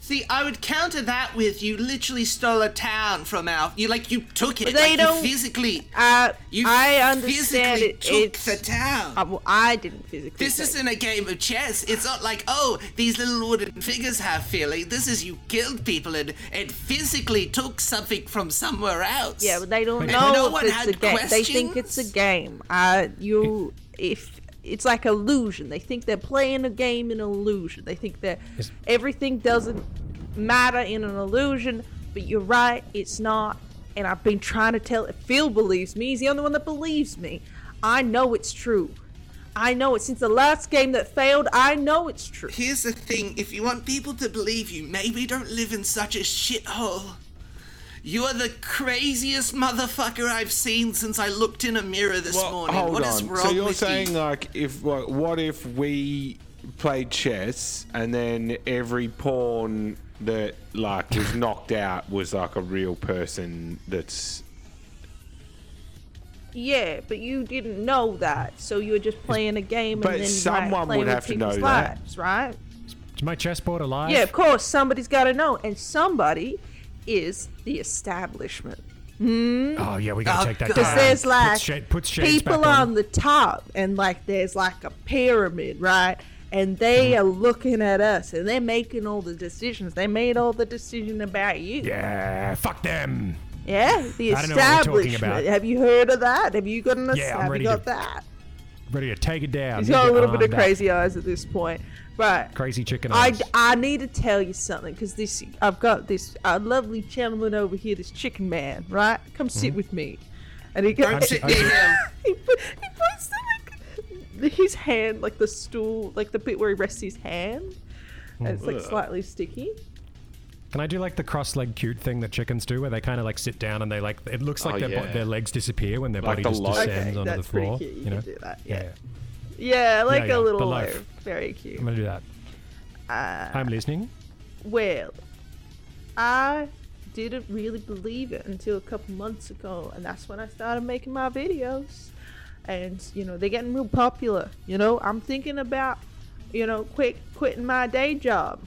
See, I would counter that with you literally stole a town from our. You like you took it. But they like, don't- You physically. uh, You i understand physically it took it's the town. uh, well, i didn't physically this take isn't a game of chess. It's not like, oh, these little wooden figures have feeling. This is you killed people and, and physically took something from somewhere else. Yeah, but they don't But know no if one it's had a game. They think it's a questions? game. Uh, you, if it's like illusion, they think they're playing a game in illusion. They think that Is- everything doesn't matter in an illusion. But you're right, it's not. And I've been trying to tell. Phil believes me. He's the only one that believes me. I know it's true. I know it. Since the last game that failed, I know it's true. Here's the thing if you want people to believe you, maybe don't live in such a shithole. You are the craziest motherfucker I've seen since I looked in a mirror this morning. hold What on. is wrong so you're with saying uh, you? like if like, what if we played chess and then every pawn that like (laughs) was knocked out was like a real person that's Yeah, but you didn't know that, so you were just playing a game. But and then, someone right, playing would with have to people's know that. lives, right? Is my chessboard alive? Yeah, of course, somebody's got to know, and somebody is the establishment Oh yeah, we gotta Oh, take that God. because down. there's Puts like sha- puts shades people back on. the top, and like there's like a pyramid, right? And they Mm-hmm. are looking at us, and they're making all the decisions. They made all the decision about you. Yeah, fuck them. Yeah, the I don't know what we're talking establishment. about. Have you heard of that? Have you got an? Yeah, I'm have ready you got to- (laughs) that? Ready to take it down. He's Need got a to little bit arm of that crazy eyes at this point, but crazy chicken I, eyes. I need to tell you something because this I've got this uh, lovely gentleman over here, this chicken man, right? Come sit Mm-hmm. with me, and he Don't goes, sit (laughs) I- near him. he, put, he puts the, like his hand, like the stool, like the bit where he rests his hand, and it's like slightly sticky. Can I do like the cross-leg cute thing that chickens do, where they kind of like sit down and they like it looks like Oh, their, bo- yeah. their legs disappear when their body Like the just loaf. descends Okay, onto the that's pretty floor. cute. You, know? can do that. Yeah. Yeah, yeah, like yeah, a the little loaf. loaf. very cute. I'm gonna do that. Uh, I'm listening. Well, I didn't really believe it until a couple months ago, and that's when I started making my videos. And you know, they're getting real popular. You know, I'm thinking about, you know, quit quitting my day job.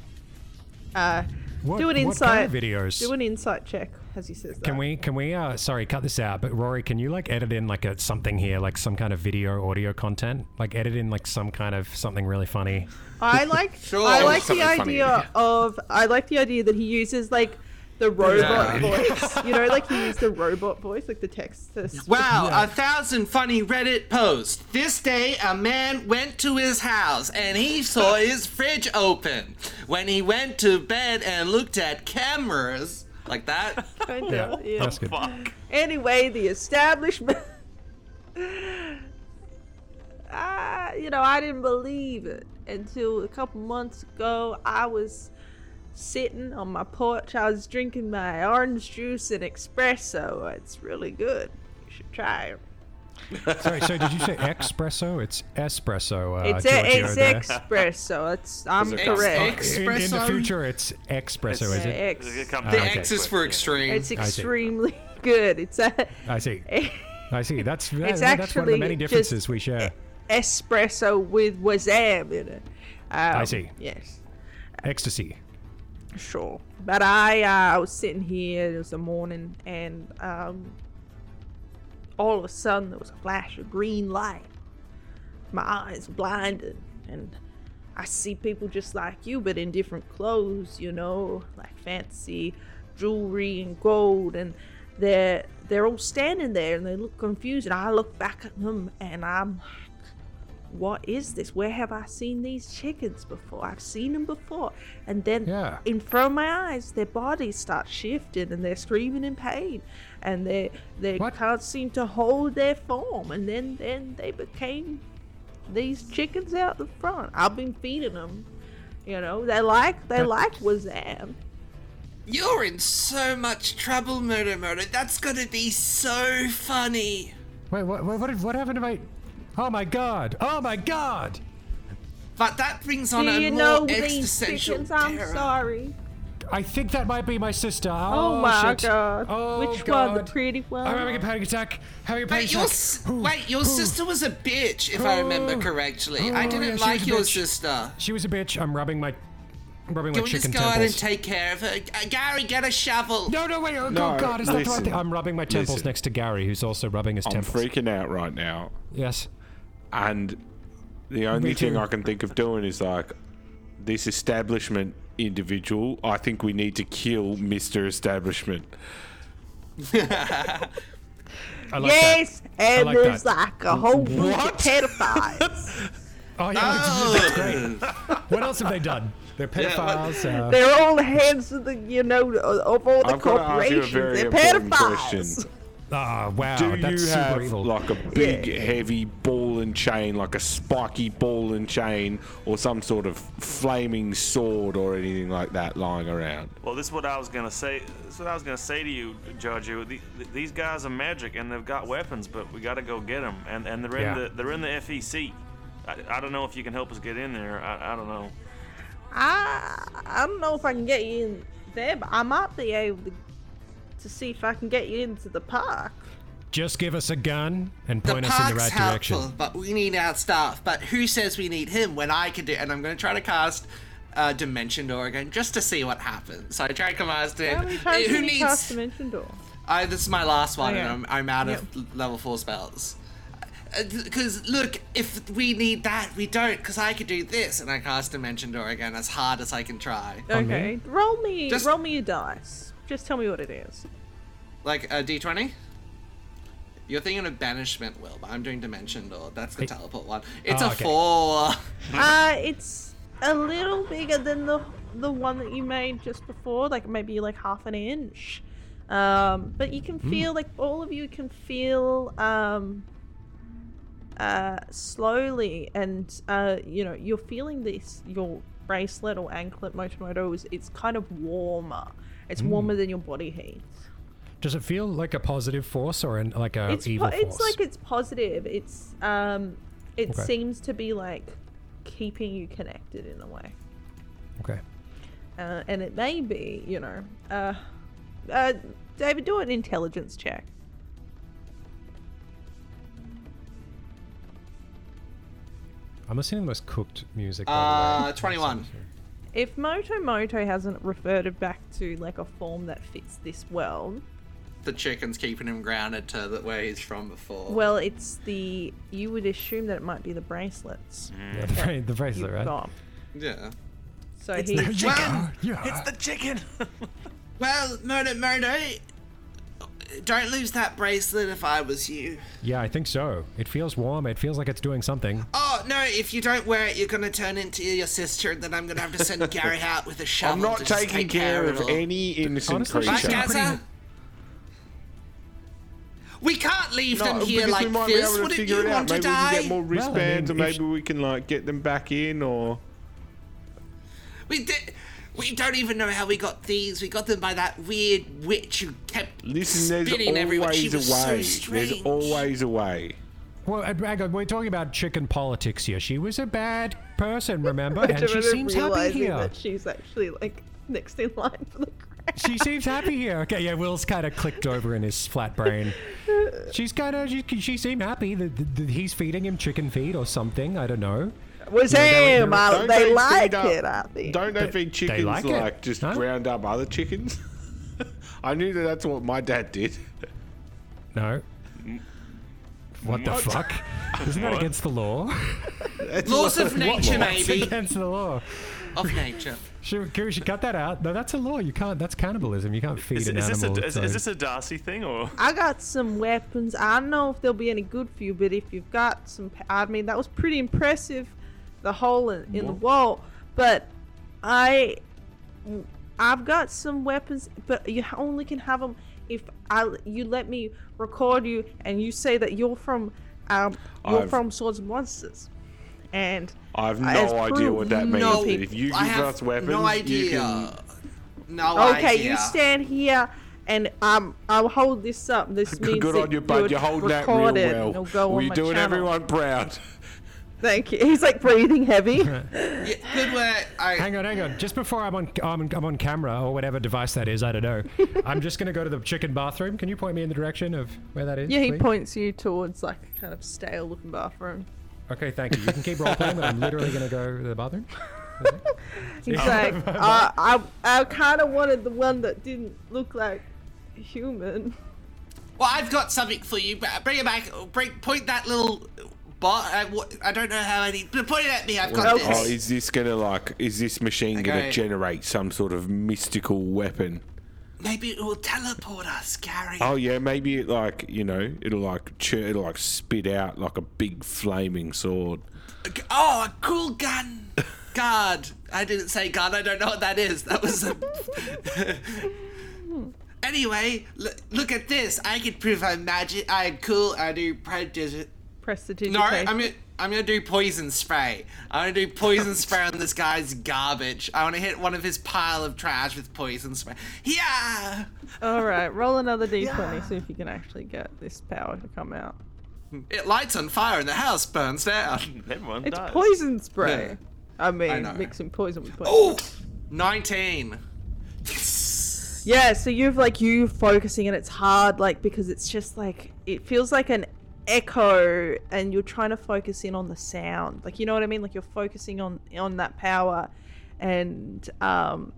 Uh, What, do an what kind insight. of videos? do an insight check as he says Can that. we can we uh sorry cut this out but Rory can you like edit in like a something here like some kind of video audio content like edit in like some kind of something really funny I (laughs) like. Sure. I like the Something funny. idea of. I like the idea that he uses like. The (laughs) robot voice, you know, like he used the robot voice, like the text to speech. Wow, a thousand funny Reddit posts. This day, a man went to his house and he (laughs) saw his fridge open. When he went to bed and looked at cameras, like that. kind of, yeah. that's good anyway, the establishment. I, you know, I didn't believe it until a couple months ago. I was sitting on my porch. I was drinking my orange juice and espresso. It's really good. You should try it. sorry so did you say espresso it's espresso uh, It's, a, Giorgio it's there. espresso. It's, I'm it correct. Ex- in, in the Espresso? future it's espresso is Yeah, it ex- It come The down X to is it, for yeah. extreme. it's extremely (laughs) good. It's a I see I (laughs) see that's that, that's one of the actually many just- differences we share espresso with Wazam in it. Um, I see. Yes. ecstasy Sure. But I uh, I was sitting here, it was the morning, and um, all of a sudden there was a flash of green light. My eyes blinded, and I see people just like you, but in different clothes, you know, like fancy jewelry and gold, and they're they're all standing there and they look confused, and I look back at them and I'm what is this? Where have I seen these chickens before? I've seen them before. And then Yeah. in front of my eyes, their bodies start shifting and they're screaming in pain. And they they What? can't seem to hold their form. And then, then they became these chickens out the front. I've been feeding them You know, they like they like Wazam. You're in so much trouble, Murdermoto. That's gonna be so funny. Wait, what, what, what, what happened to my. Oh my god! Oh my god! But that brings Do on a you more know these existential chickens? I'm terror. sorry. I think that might be my sister. Oh, Oh, my shit. god. Oh, Which one? The God. pretty one? I'm having a panic attack. Having a panic Wait, your attack. s- Ooh, wait, your ooh. sister was a bitch, if I remember correctly. I Oh, yeah, didn't she was like a your bitch. sister. (sighs) She was a bitch. I'm rubbing my, rubbing Can my we just chicken go out and temples. take care of her? Uh, Gary, get a shovel. no, no, wait. Oh No, god, it's not the right listen, thing. I'm rubbing my temples listen. next to Gary, who's also rubbing his I'm temples. freaking out right now, Yes. and the only thing too. I can think of doing is like this establishment individual. I think we need to kill Mister Establishment. I like that. yes, and like there's that. like a whole group of (laughs) pedophiles. Oh yeah, that's great. (laughs) What else have they done? They're pedophiles. uh, They're all the heads of the, you know, of all the I've got to ask you a corporations. very They're important pedophiles. question. Ah, wow, (laughs) Do that's you super have evil. like a big, heavy ball and chain, like a spiky ball and chain, or some sort of flaming sword or anything like that lying around? Well, this is what I was gonna say. This is what I was gonna say to you, Jojo. The, th these guys are magic, and they've got weapons, but we gotta go get them. And and they're in Yeah. the they're in the FEC. I, I don't know if you can help us get in there. I, I don't know. I I don't know if I can get you in there, but I might be able to, to see if I can get you into the park. Just give us a gun and The point us in park's the right helpful, direction. but we need our staff. But who says we need him when I can do? And I'm going to try to cast uh, Dimension Door again just to see what happens. So I try to cast it. How many times can who you needs? cast Dimension Door? I, this is my last one, Okay. and I'm, I'm out of l- level four spells. Because look, if we need that, we don't. Because I could do this, and I cast Dimension Door again as hard as I can try, Okay, roll me, Just- roll me a dice. Just tell me what it is. like a D20. You're thinking of banishment, Will, but I'm doing Dimension Door. That's the teleport one. It's Oh, a okay. four. (laughs) Uh, it's a little bigger than the the one that you made just before, like maybe like half an inch. Um, but you can feel like all of you can feel um, uh, slowly, and uh, you know you're feeling this. Your bracelet or anklet, Motomoto, is it's kind of warmer. It's warmer than your body heat. Does it feel like a positive force or an, like a It's po- evil force? it's like it's positive. It's um, it Okay. seems to be like keeping you connected in a way. okay. uh, and it may be, you know, uh, uh, David, do an intelligence check. I'm listening to the most cooked music. by the way. Uh, 21. If Motomoto hasn't reverted back to like a form that fits this world, The chicken's keeping him grounded to the where he's from before. well, it's the you would assume that it might be the bracelets Yeah, the, bra- the bracelet, you've right? got. yeah. So he's Well, Yeah. The chicken. well, murder, murder. Don't lose that bracelet if I was you. yeah, I think so. It feels warm. It feels like it's doing something. Oh no! If you don't wear it, you're gonna turn into your sister, and then I'm gonna have to (laughs) send Gary out with a shovel. I'm not to just taking take care it of all. any innocent Honestly, Right, she's creature. pretty- Gaza? We can't leave them No, here because we like might be able this. to Wouldn't figure you it out. want to maybe we die? can get more Well, I mean, wristbands, if or maybe we can like get them back in, or We did. We don't even know how we got these. We got them by that weird witch who kept listen. There's spinning everyone. She always was a so way. strange. there's always a way. Well, uh, hang on, we're talking about chicken politics here. She was a bad (laughs) person, remember? and she Motomoto seems happy realizing here. that she's actually like next in line for the crown. (laughs) She seems happy here. Okay, yeah, Will's kind of clicked over in his flat brain. She's kind of, she, she seemed happy that, that, that he's feeding him chicken feed or something. I don't know. Was they're- him? Uh, I- Don't They feed like up- it, I think. Don't they feed chickens like like, it, just no? round up other chickens? (laughs) I knew that that's what my dad did. (laughs) No. What the fuck? Isn't that against the law? That's Laws (laughs) what- of nature, It's maybe. against the law. Of nature. Should, can we should cut that out. No, that's a law. You can't. That's cannibalism. You can't feed Is, an is this a animal. is, its is own- this a Darcy thing or? (laughs) I got some weapons. I don't know if they'll be any good for you, but if you've got some, pa- I mean, that was pretty impressive, the hole in, in the wall. But I, I've got some weapons, but you only can have them if I you let me record you and you say that you're from, um, you're I've- from Swords and Monsters. and I've no As idea what that means. No, but if you give I have us weapons, no you idea. can. (laughs) No idea. okay, you stand here. And um, I'll hold this up. This means (laughs) Good that on you, bud. you're You're holding that real recorded, and it'll well. go on We're my doing channel. everyone proud. Thank you. He's like breathing heavy. Yeah, good work. I, Hang on, hang on. Just before I'm on, I'm, on- I'm on camera or whatever device that is, I don't know. I'm just gonna go to the chicken bathroom. Can you point me in the direction of where that is? Yeah, he please? points you towards like a kind of stale looking bathroom. Okay, thank you. You can keep role playing, but I'm literally gonna go to the bathroom. He's like, I, I, I kind of wanted the one that didn't look like human. well, I've got something for you. But bring it back. Bring, point that little bot. I, what- I don't know how many. But point it at me. I've got Okay. Oh, this. is this gonna like? Is this machine Okay. gonna generate some sort of mystical weapon? Maybe it will teleport us, Gary. Oh yeah, maybe it like you know it'll like chur- it'll like spit out like a big flaming sword. Oh, a cool gun. Guard. I didn't say gun. I don't know what that is. That was. A... (laughs) anyway, l- look at this. I can prove I'm magic. I'm cool. I do prejudice. Press the digitation. No, I'm gonna, I'm gonna do poison spray. I'm gonna do poison spray on this guy's garbage. I want to hit one of his pile of trash with poison spray. Yeah. All right, roll another d20, see if you can actually get this power to come out. It lights on fire and the house burns down. Everyone It's dies. poison spray. I mean, Uh, know. mixing poison with poison. Oh, 19. Yeah, so you've like you focusing and it's hard like because it's just like it feels like an echo and you're trying to focus in on the sound. Like you know what I mean? Like you're focusing on on that power and um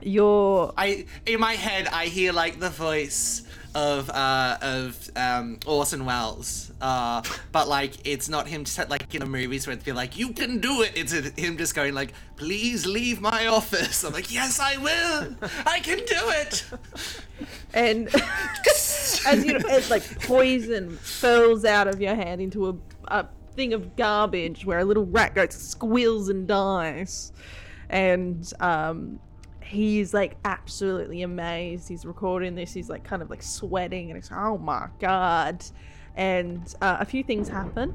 you're I in my head I hear like the voice of uh of um Orson Welles. Uh but like it's not him just like in the movies where it'd be like, You can do it. It's him just going like, Please leave my office. I'm like, Yes I will! I can do it. and (laughs) as you as like poison spills out of your hand into a, a thing of garbage where a little rat goes squeals and dies and um he's like absolutely amazed he's recording this he's like kind of like sweating and it's oh my god and uh, a few things happen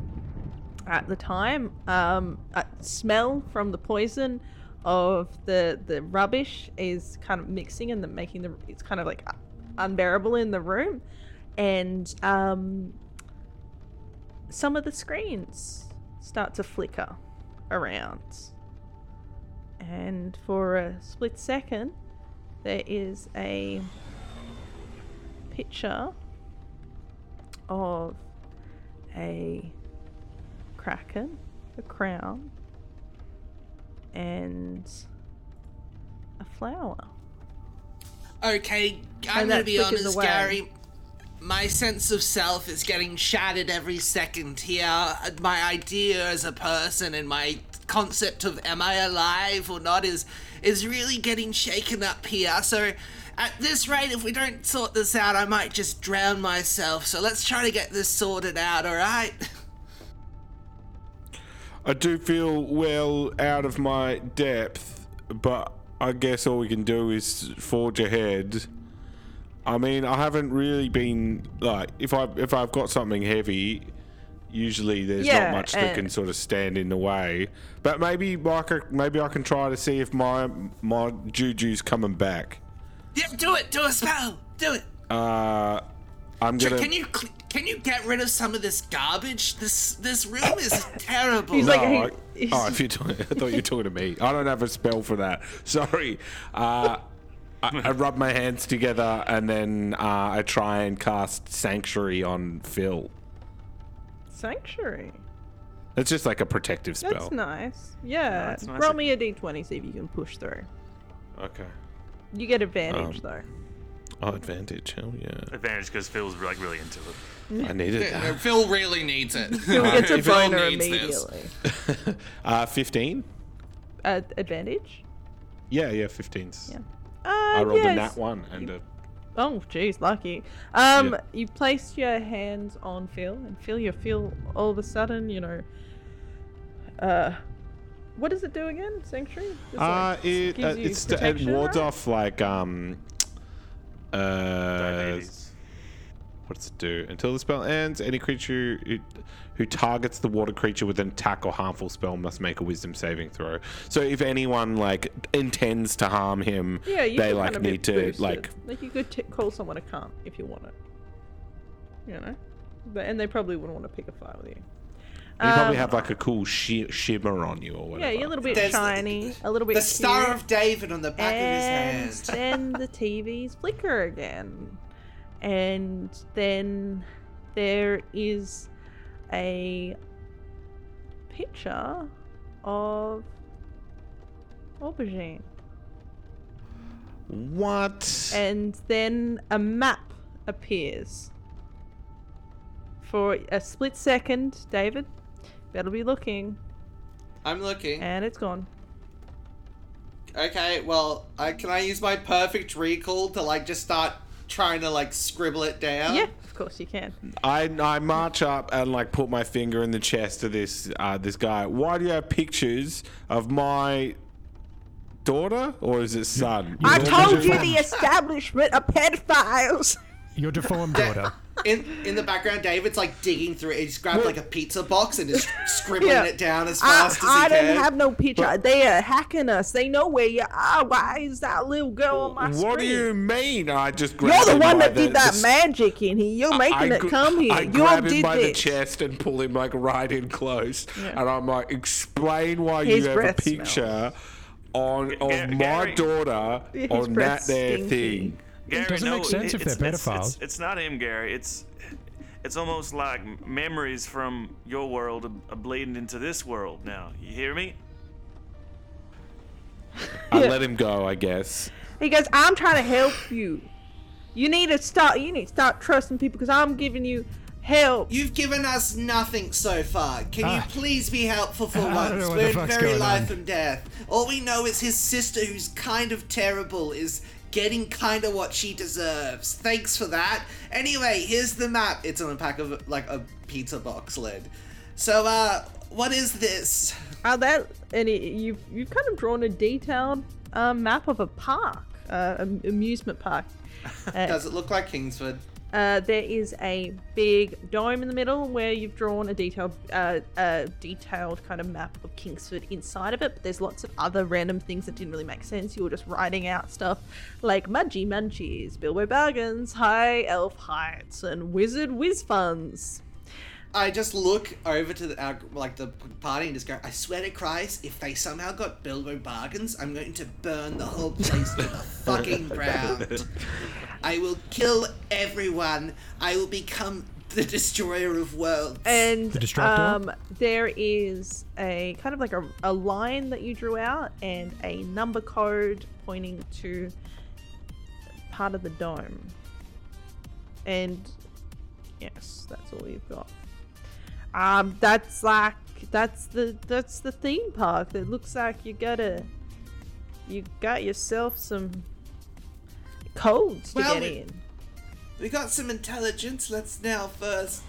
at the time um a smell from the poison of the the rubbish is kind of mixing and then making the it's kind of like unbearable in the room and um some of the screens start to flicker around and for a split second there is a picture of a kraken, a crown, and a flower. Okay, And I'm gonna that be flickers honest, away. Gary. My sense of self is getting shattered every second here. My idea as a person and my concept of am I alive or not is is really getting shaken up here. So at this rate, if we don't sort this out, I might just drown myself. So let's try to get this sorted out, alright? I do feel well out of my depth, but I guess all we can do is forge ahead. I mean, I haven't really been like if I if I've got something heavy, usually there's Yeah, not much that uh, can sort of stand in the way. But maybe like I- maybe I can try to see if my my juju's coming back. (laughs) Yeah, do it, do a spell, do it. Uh, I'm gonna. Can you cl- can you get rid of some of this garbage? This this room is terrible. He's No, like- I, he- oh, if you're talking, I thought you were talking to me. I don't have a spell for that. Sorry. Uh, I, I rub my hands together and then uh, I try and cast Sanctuary on Phil. Sanctuary. It's just like a protective spell. That's nice. Yeah. that's nice. Roll me a d20, see if you can push through. Okay. You get Um, advantage Oh, advantage. Hell yeah. Advantage because Phil's like really into it. I needed that. Phil really needs it. though. He gets a If Phil boner needs this. immediately. (laughs) Uh, 15? Ad- advantage? Yeah, yeah, Uh, 15's. Yeah. Uh, I rolled a yes. nat one and a. Oh, jeez, lucky. Um, Yeah. you place your hands on Phil, and Phil, you feel all of a sudden, you know, uh, what does it do again? Sanctuary? Just, Uh, like, it, gives uh, you it's, it protection, wards right? off like. um. Uh, Diabetes. What does it do? Until the spell ends, any creature who, who targets the water creature with an attack or harmful spell must make a wisdom saving throw. So if anyone like intends to harm him, Yeah, you they can like kind of need to boost it. like like you could t- call someone a cunt if you want it. You know, but, and they probably wouldn't want to pick a fight with you. Um, you probably have like a cool shi shimmer on you or Yeah, whatever. you're a little bit There's the- shiny, a little bit. The Star cute. of David on the back and of his hand. (laughs) then the TVs flicker again, and then there is a picture of aubergine, What? and then a map appears. For a split second, David, better be looking, I'm Eh. looking. and it's gone. Okay, well, I, can I use my perfect recall to like just start trying to like scribble it down? Yeah, of course you can. I, I march up and like put my finger in the chest of this uh, this guy. Why do you have pictures of my daughter or is it son? I Your told you deformed- the establishment of pedophiles. Your deformed daughter. In in the background, David's like digging through. He's grabbed like a pizza box (laughs) and is scribbling Yeah. it down as I, fast I as he didn't can. have no picture. they are hacking us. They know where you are. Why is that little girl on my What do screen? you mean? I just You're grabbed the him one by that did the- that the- magic in here. You're making I it gr- come here. I you all grab him did by the this. chest and pull him like right in close, and I'm like, explain why His you have a breath smells. picture on of Ga- my Gary- daughter His on that breath's there stinky. (laughs) thing. Gary, doesn't no, make sense if it's- they're it's- It's, pedophiles. it's not him, Gary. It's it's almost like m- memories from your world are- are bleeding into this world now. You hear me? I let him go, I guess. He goes, I'm trying to help you. You need to start. You need to start trusting people because I'm giving you help. You've given us nothing so far. Can you Ah. please be helpful (laughs) for I don't once? know what the We're in fuck's very going life on. and death. All we know is his sister, who's kind of terrible, is getting kind of what she deserves. Thanks for that. Anyway, here's the map. It's on a pack of like a pizza box lid. So, uh, what is this? uh, How that? And it, you've you've kind of drawn a detailed uh, um, map of a park, uh, am- amusement park. Does it look like Kingsford? Uh, there is a big dome in the middle where you've drawn a detailed, uh, a detailed kind of map of Kingsford inside of it. But there's lots of other random things that didn't really make sense. You were just writing out stuff like Mudgy Munchies, Bilbo Bargains, High Elf Heights, and Wizard Whiz Funds. I just look over to the, our, like the party and just go, I swear to Christ, if they somehow got Bilbo bargains, I'm going to burn the whole place to the fucking ground. I will kill everyone. I will become the destroyer of worlds. and The Distractor? um, there is a kind of like a, a line that you drew out and a number code pointing to part of the dome and yes that's all you've got um that's like that's the that's the theme park that looks like you gotta you got yourself some codes to Well, get we- in we got some intelligence. Let's now first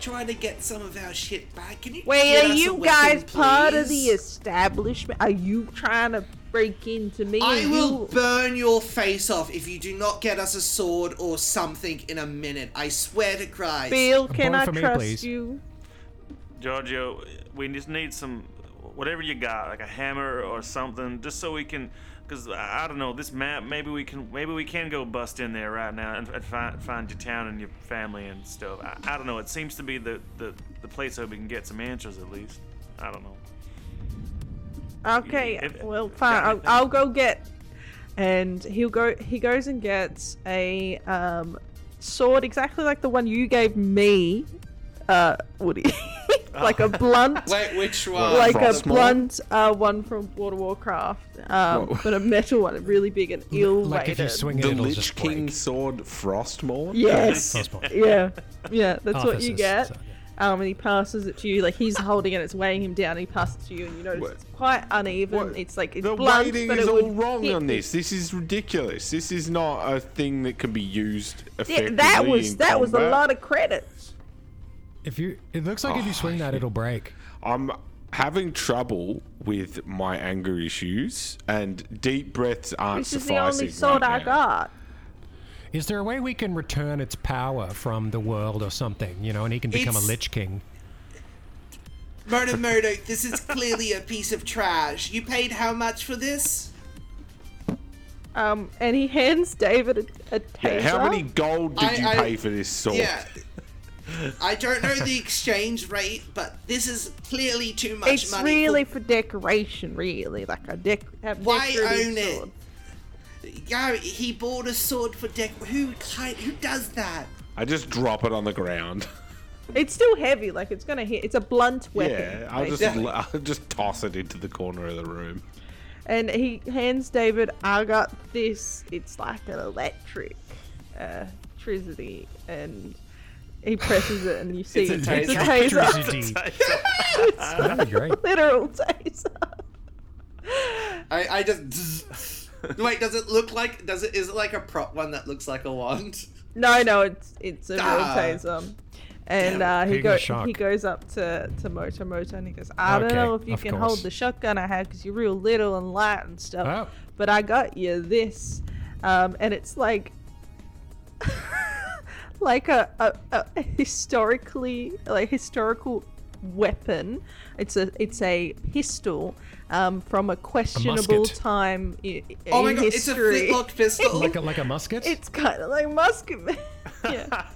try to get some of our shit back. Can you Wait, get are us a you weapon, guys part of the please? establishment? are you trying to break into me I You- will burn your face off if you do not get us a sword or something in a minute. I swear to Christ. Bill, can borrow I for me, trust please? (laughs) you? Giorgio, we just need some whatever you got, like a hammer or something, just so we can. Because I I don't know this map. Maybe we can. Maybe we can go bust in there right now and, and find find your town and your family and stuff. I, I don't know. It seems to be the, the the place where we can get some answers at least. I don't know. Okay, if- well, got fine. I'll, anything? I'll go get. And he'll go. He goes and gets a um, sword exactly like the one you gave me, uh, Woody, (laughs) like Uh, a blunt, Wait, which one? like a Frostmourne? blunt uh, one from World of Warcraft, um, Whoa. (laughs) but a metal one, really big and ill-rated. like if you swing it, The it'll Lich just King break. sword Frostmourne? Yes. That's fine. yeah, yeah, that's what you Arthas's, get. so, Um, and he passes it to you, like he's holding it, it's weighing him down. And he passes it to you, and you notice What? it's quite uneven. (laughs) What? It's like it's the blunt, writing but is it all would wrong hit on you. this. This is ridiculous. This is not a thing that can be used Th- effectively. That was in that was a combat. lot of credits. If you, it looks like if you swing that, it'll break. I'm having trouble with my anger issues, and deep breaths aren't This is the sufficing. only sword right I now. got. Is there a way we can return its power from the world or something? You know, and he can become It's- a Lich King. Murder, murder, this is clearly a piece of trash. You paid how much for this? Um, and he hands David a, a taser. Yeah, how many gold did I- you I- pay for this sword? Yeah. I don't know the exchange rate, but this is clearly too much It's money. really for decoration, really. Like a dec. Have Why decorative own it? sword. Yeah, he bought a sword for deck. Who kind? Who does that? I just drop it on the ground. (laughs) It's still heavy. Like it's gonna hit. It's a blunt weapon. Yeah, I'll just basically. I'll just toss it into the corner of the room. And he hands David. I got this. It's like an electric uh, trizity, and he presses it, and you see a It's a taser. taser. (laughs) (laughs) That'd be great. literal taser. I, I just. (laughs) Wait, does it look like? Does it? Is it like a prop one that looks like a wand? No, no, it's it's a Ah. real taser. And uh, he Big as go, shock. he goes up to to Moto Moto and he goes, I Okay, don't know if you of can course. hold the shotgun I have because you're real little and light and stuff, Oh. but I got you this, um, and it's like. (laughs) like a, a, a historically like historical weapon it's a it's a pistol um, from a questionable musket. time i- in Oh my god! It's a history flintlock pistol. Like a, like a musket? it's kind of like musket man yeah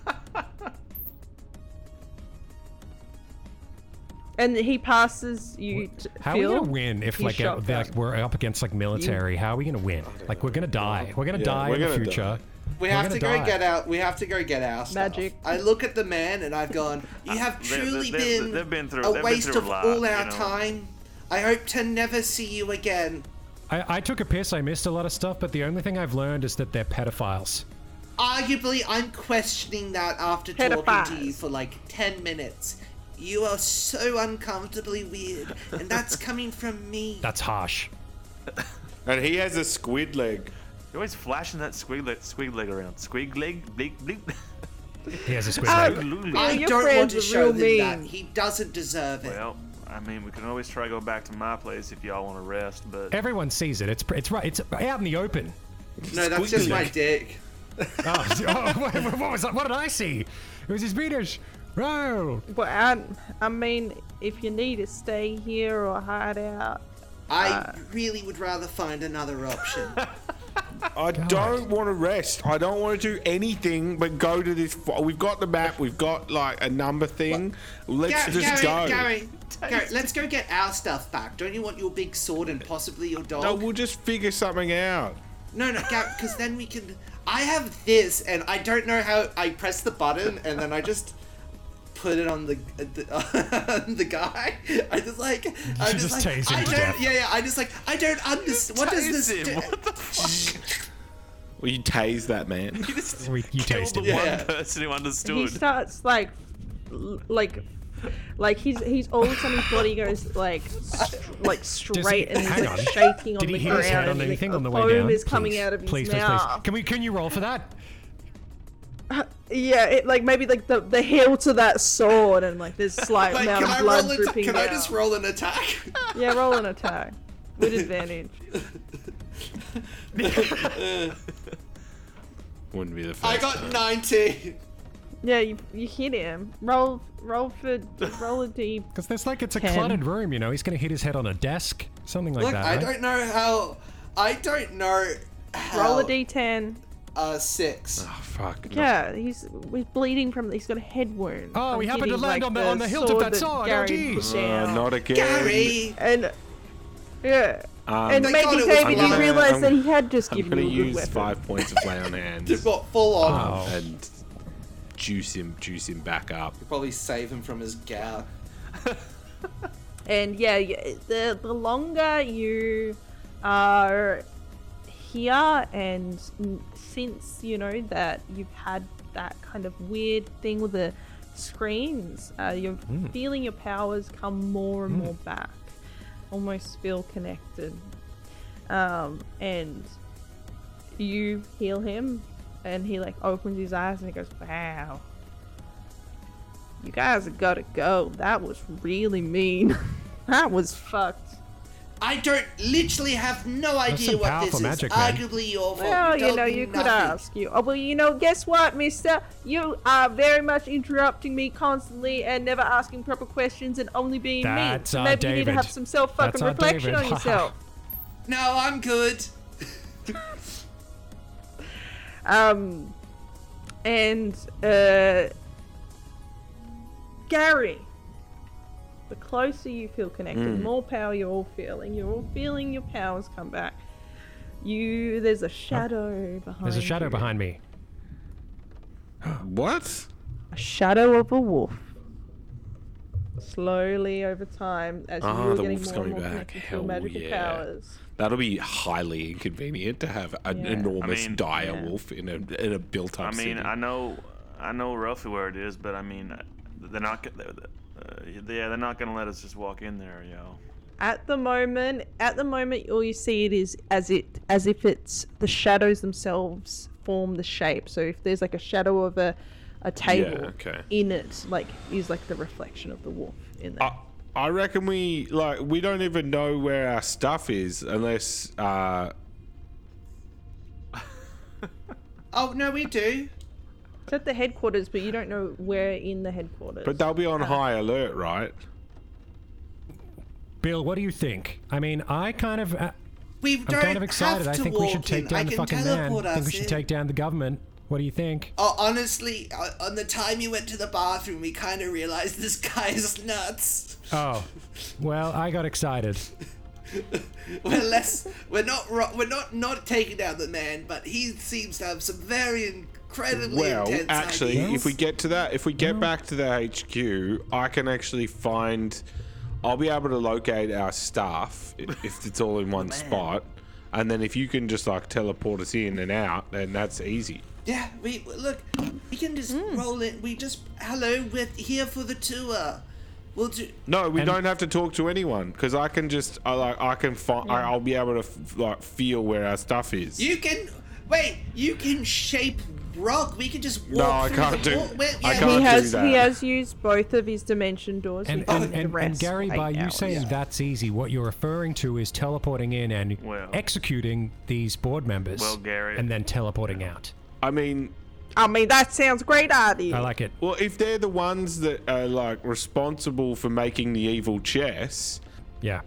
and he passes you. T- How Phil. are we gonna win if You like, a, shot like that. we're up against like military? How are we gonna win? Like we're gonna die. We're gonna Yeah, die we're in the gonna die. future. we We're have to gonna go die. get out. We have to go get our stuff. Magic. I look at the man and (laughs) I've gone. You have Uh, they- they- truly they've- been, they've been through- a they've been waste through a of lot, all our you know. time. I hope to never see you again. I, I took a piss. I missed a lot of stuff, but the only thing I've learned is that they're pedophiles. Arguably, I'm questioning that after talking to you Pedophiles. for like 10 minutes. You are so uncomfortably weird, and (laughs) that's coming from me. That's harsh. And he has a squid leg. You're always flashing that squig leg, squig leg around. Squig leg, bleak, bleak. He has a squid Oh, leg. I your don't want friends to are show real him that. mean. He doesn't deserve it. Well, I mean, we can always try to go back to my place if y'all want to rest, but (laughs) Everyone sees it. It's pr- it's right. It's out in (laughs) the open. no, that's just my dick. Oh, (laughs) oh, what, what was that? What did I see? It was his penis. Wow. But I, I mean, if you need to stay here or hide out, I Uh, really would rather find another option. I don't want to rest. I don't want to do anything but go to this. f- We've got the map. We've got like a number thing. Let's Gar- just Gary, go. Gary, Gary, let's go get our stuff back. Don't you want your big sword and possibly your dog? No, we'll just figure something out. No, no, because then we can. I have this, and I don't know how. I press the button, and then I just put it on the uh, the, (laughs) on the guy. I just like. I should just, just like, tase him I to don't. death. Yeah, yeah. I just like. I don't understand. What does this? Tase Do? him, what the Well, you tase that man. We, you killed taste the it. one Yeah. person who he understood. starts like, l- like, like he's he's all of a sudden his body goes like, st- like straight and he's hang like on. shaking on Did the he hit ground. his head on and anything the, on the foam way down? is coming Please, out of his please, please, mouth. please. Can we? Can you roll for that? Yeah, it, like maybe like the, the hill to that sword and like (laughs) this slight Like, amount can of I blood roll? An dripping can down. I just roll (laughs) an attack? Yeah, roll an attack with advantage. Wouldn't be the first. I got ninety. Yeah, you, you hit him. Roll roll for roll a d. Because there's like it's a Ten. cluttered room. You know, he's gonna hit his head on a desk, something like Look, that. I right? don't know how. I don't know. How, Roll a d10. Uh, six. Oh, fuck. Yeah, he's he's bleeding from. He's got a head wound. Oh, from we happened to hitting, land like, on the- on the hilt of that sword. Oh, Gary geez. put down. Uh, not again. Gary. and yeah, Um, and my maybe God, it was David blood. didn't realize I'm- that he had just I'm given gonna you a good use weapon. five points of lay on hands Got full on. Oh. and juice him, juice him back up. Probably save him from his gout. And yeah, y- the the longer you are here, and n- since you know that you've had that kind of weird thing with the screens, uh, you're feeling your powers come more and more back, almost feel connected. Um, and you heal him, and he like opens his eyes and he goes, "Wow." (laughs) You guys have got to go. That was really mean. that was fucked. I don't literally have no idea some what powerful this magic, is. man. Arguably your fault. Well, you Don't know, do you could nothing. ask you. Oh, well, you know, guess what, mister? You are very much interrupting me constantly and never asking proper questions and only being mean. That's So our maybe you need to David. have some self That's fucking our reflection (laughs) David. on yourself. No, I'm good. Um, and, uh, Gary, the closer you feel connected, Hmm. the more power you're all feeling. You're all feeling your powers come back. You, there's a shadow behind. There's a shadow you. behind me. What? a shadow of a wolf. Slowly over time, as Ah, you were the getting wolf's more and coming more back. connected to your Hell magical yeah. powers. That'll be highly inconvenient to have an Yeah. enormous I mean, dire yeah. wolf in a in a built-up I mean, city. I know, I know roughly where it is, but I mean, uh, they're not. go- Uh, yeah, they're not gonna let us just walk in there, yo. At the moment, at the moment, all you see it is as it as if it's the shadows themselves form the shape. So if there's like a shadow of a a table okay. in it, like is like the reflection of the wolf in there. I, I reckon we like we don't even know where our stuff is unless uh Oh no, we do. it's at the headquarters, but you don't know where in the headquarters. but they'll be on high alert, right? Bill, what do you think? I mean, I kind of. Uh, We I'm don't kind have of excited. to I think we walk should in. take I down the can fucking man. teleport I think us we should in. take down the government. What do you think? Oh, honestly, uh, on the time you went to the bathroom, we kind of realized (laughs) this guy's nuts. Oh, well, I (laughs) got excited. We're less, we're not, ro- we're not not taking down the man, but he seems to have some very incredibly Well, intense actually, ideas. if we get to that, if we get back to the HQ, I can actually find. I'll be able to locate our staff (laughs) i- if it's all in one spot, and then if you can just like teleport us in and out, then that's easy. yeah, we look, we can just roll it. We just hello, we're here for the tour. We'll do. No, we And- don't have to talk to anyone because I can just I like I can find I'll be able to f- like feel where our stuff is. You can wait. You can shape rock. We can just walk. No, I through can't the do- wall. We're- I yeah, can't he do has that. he has used both of his dimension doors. And, Oh, so and, he can and, and rest Gary, eight by you hours. saying that's easy, what you're referring to is teleporting in and Well. executing these board members, Well, Gary- and then teleporting out. I mean, I mean, that sounds great idea. I like it. well, if they're the ones that are like responsible for making the evil chess, Yeah.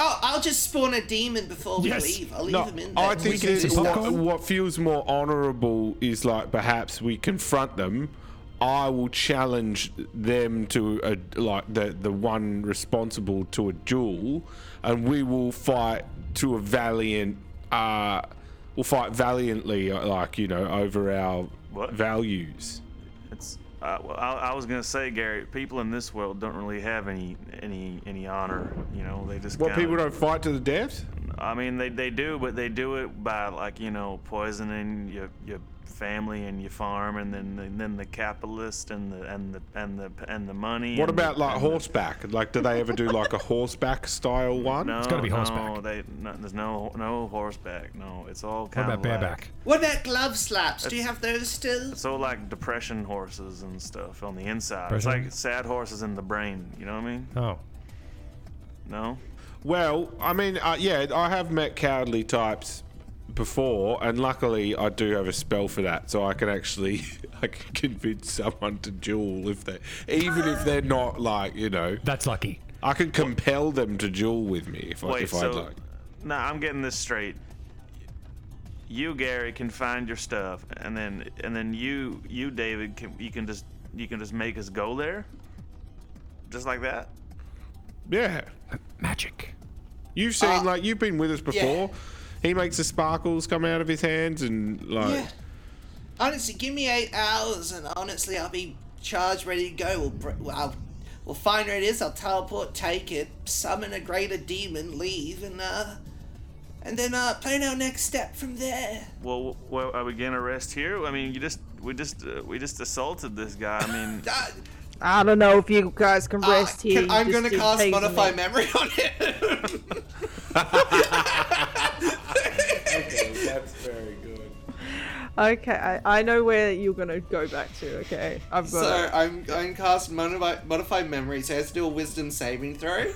Oh, I'll just spawn a demon before Yes. we leave. I'll leave No, him in there. I We think can that just- some what, popcorn. what feels more honourable is like perhaps we confront them. I will challenge them to a like the the one responsible to a duel, and we will fight to a valiant. Uh, we'll fight valiantly, uh, like you know, over our What? values. It's. Uh, well, I, I was gonna say, Gary, people in this world don't really have any any any honor. You know, they just. What kinda- people don't fight to the death? I mean, they, they do, but they do it by like you know poisoning your your family and your farm, and then and then the capitalist and the and the and the and the money. What and the- about like and the- horseback? Like, do they ever do like a horseback style one? No, gotta be No, horseback. they, no, there's no no horseback. No, it's all What kind about of bareback? Like, What about glove slaps? Do you have those still? so like depression horses and stuff on the inside. Depression? It's like sad horses in the brain. You know what I mean? Oh. No. Well, I mean, uh, yeah, I have met cowardly types before, and luckily I do have a spell for that, so I can actually (laughs) I can convince someone to duel if they, even if they're not like you know, That's lucky. I can compel them to duel with me if, I, Wait. if so I'd like. nah, I'm getting this straight. You, Gary, can find your stuff, and then and then you you David can you can just you can just make us go there, just like that. Yeah, Magic. you've seen Uh, like you've been with us before. He makes the sparkles come out of his hands and like. Yeah. Honestly, give me eight hours, and honestly, I'll be charged, ready to go. We'll, br- well, I'll, we'll find where it is. I'll teleport, take it, summon a greater demon, leave, and uh, and then uh, plan our next step from there. Well, well, are we gonna rest here? I mean, you just we just uh, we just assaulted this guy. I (laughs) mean, Uh, I don't know if you guys can uh, rest here. can- you I'm just gonna keep cast teasing modify me. memory on him. (laughs) That's very good. Okay, I, I know where you're gonna go back to. Okay, I've got. So it. I'm (laughs) going to cast modify, modify memory, so it has to do a wisdom saving throw.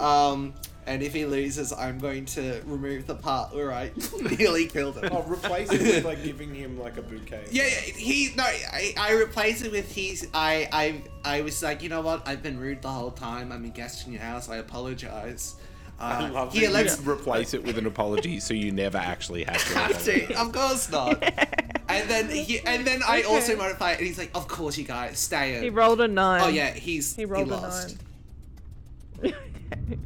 Um, And if he loses, I'm going to remove the part where I (laughs) nearly killed him. Oh, I'll replace it with like giving him like a bouquet. Yeah, yeah, he no. I, I replaced it with he's. I I I was like, you know what? I've been rude the whole time. I'm a guest in your house. I apologize. Uh, I love here, it. let's. (laughs) replace it with an apology so you never actually have (laughs) to. have to. Of course (laughs) not. And then he, and then I also modify it, and he's like, of course you guys stay. He In. rolled a nine. Oh yeah, he's he, He rolled a lost. nine. Okay.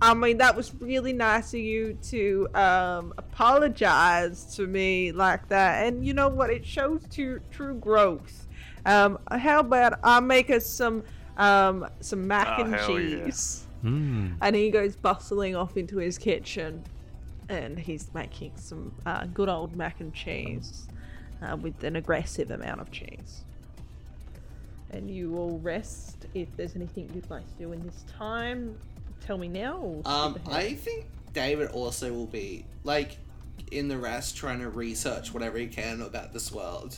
I mean, that was really nice of you to um, apologize to me like that. And you know what? It shows true, true growth. Um, how about I make us some um, some mac Oh, and hell yeah. cheese? Mm. And he goes bustling off into his kitchen, and he's making some uh, good old mac and cheese uh, with an aggressive amount of cheese. And you will rest if there's anything you'd like to do in this time. Tell me now. Or skip Um, ahead? I think David also will be like in the rest trying to research whatever he can about this world,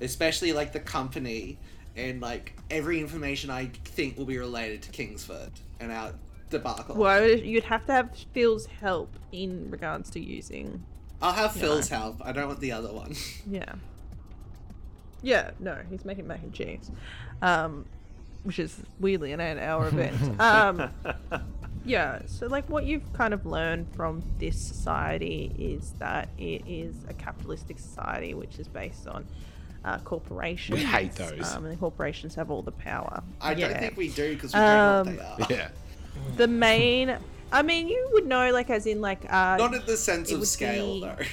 especially like the company and like every information I think will be related to Kingsford and our debacle. Well, you'd have to have Phil's help in regards to using. I'll have Phil's help. I don't want the other one. (laughs) Yeah. Yeah, no, he's making mac and cheese, um, which is weirdly an eight-hour (laughs) event. Um, yeah, so like what you've kind of learned from this society is that it is a capitalistic society, which is based on uh, corporations. those. Um, and the corporations have all the power. I don't Yeah. Um, think we do because we don't know what they are. (laughs) Yeah. the main. I mean, you would know, like, as in, like, uh, Not at the sense It of would scale be- though. (laughs)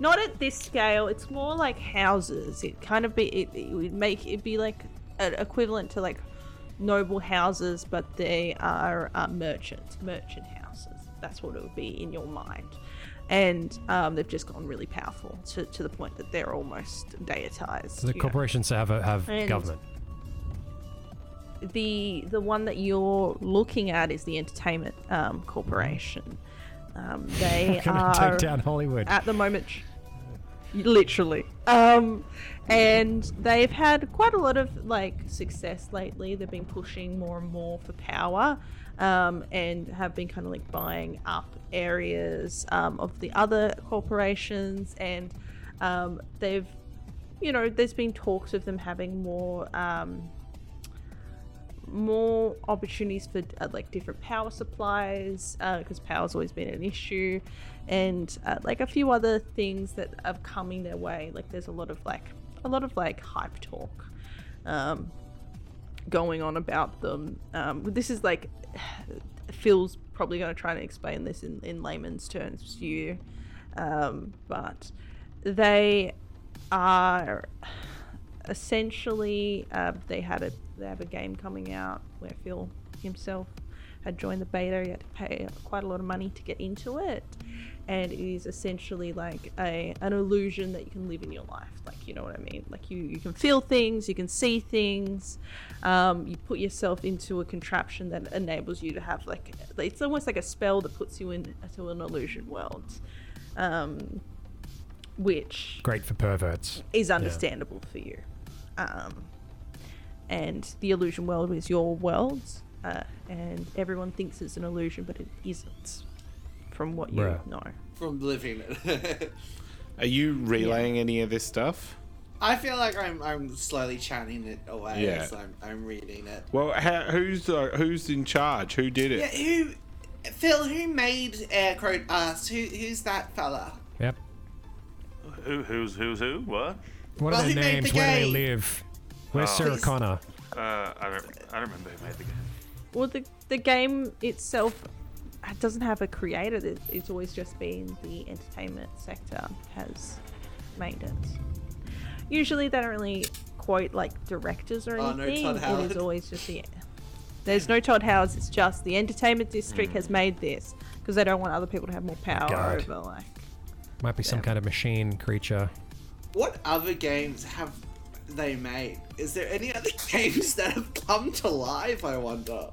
not at this scale it's more like houses it kind of be it, it would make it be like a, equivalent to like noble houses but they are uh, merchants merchant houses that's what it would be in your mind and um, they've just gone really powerful to, to the point that they're almost deitized So the you know. corporations have a, have And- government. the the one that you're looking at is the entertainment um, corporation um, (laughs) they Gonna uh, are take down Hollywood. at the moment. Literally. Um, and they've had quite a lot of like success lately. They've been pushing more and more for power, um, and have been kind of like buying up areas um, of the other corporations, and um, they've, you know, there's been talks of them having more. Um, more opportunities for uh, like different power supplies because power's always been an issue and uh, like a few other things that are coming their way like there's a lot of like a lot of like hype talk um, going on about them um, this is like (sighs) phil's probably going to try and explain this in, in layman's terms to you um, but they are essentially uh, they had a they have a game coming out where Phil himself had joined the beta. He had to pay quite a lot of money to get into it, and it is essentially like a an illusion that you can live in your life. Like you know what I mean? Like you you can feel things, you can see things. Um, you put yourself into a contraption that enables you to have like it's almost like a spell that puts you in into an illusion world. Um, which Great for perverts. is understandable for you. Um, and the illusion world is your world, uh, and everyone thinks it's an illusion, but it isn't, from what you Right. know. From living it. (laughs) Are you relaying any of this stuff? I feel like I'm I'm slowly chanting it away Yeah. as I'm I'm reading it. Well, how, who's uh, who's in charge? Who did it? Yeah, who? Phil, who made air quote us? Who? Who's that fella? Yep. Who, who's who's who? What? What Well, are their he made names? the Where do they game. live? Where's Sarah Connor? Uh, I don't. I don't remember who made the game. Well, the, the game itself doesn't have a creator, It- it's always just been the entertainment sector has made it. Usually, they don't really quote like directors or Oh, no, anything. Todd it Howard. is always just the. There's no Todd Howard's, it's just the entertainment district has Hmm. made this because they don't want other people to have more power God. over, like. Might be some kind of machine creature. What other games have they made? Is there any other (laughs) games that have come to life? I wonder.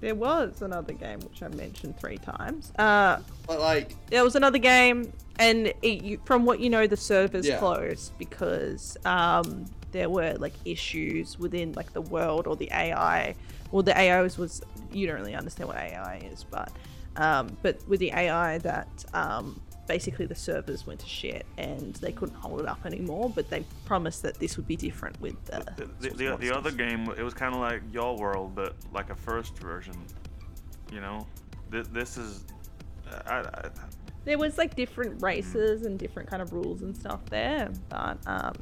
There was another game which I've mentioned three times. Uh, But like, there was another game, and it, you, from what you know, the servers Yeah. closed because um, there were like issues within like the world or the AI. Well, the AI was, was you don't really understand what AI is, but um, but with the AI that um, basically the servers went to shit and they couldn't hold it up anymore, but they promised that this would be different with the The, the, the, the other game, it was kind of like Y'all World, but like a first version. You know, this, this is. I, I, there was like different Mm. races and different kind of rules and stuff there but um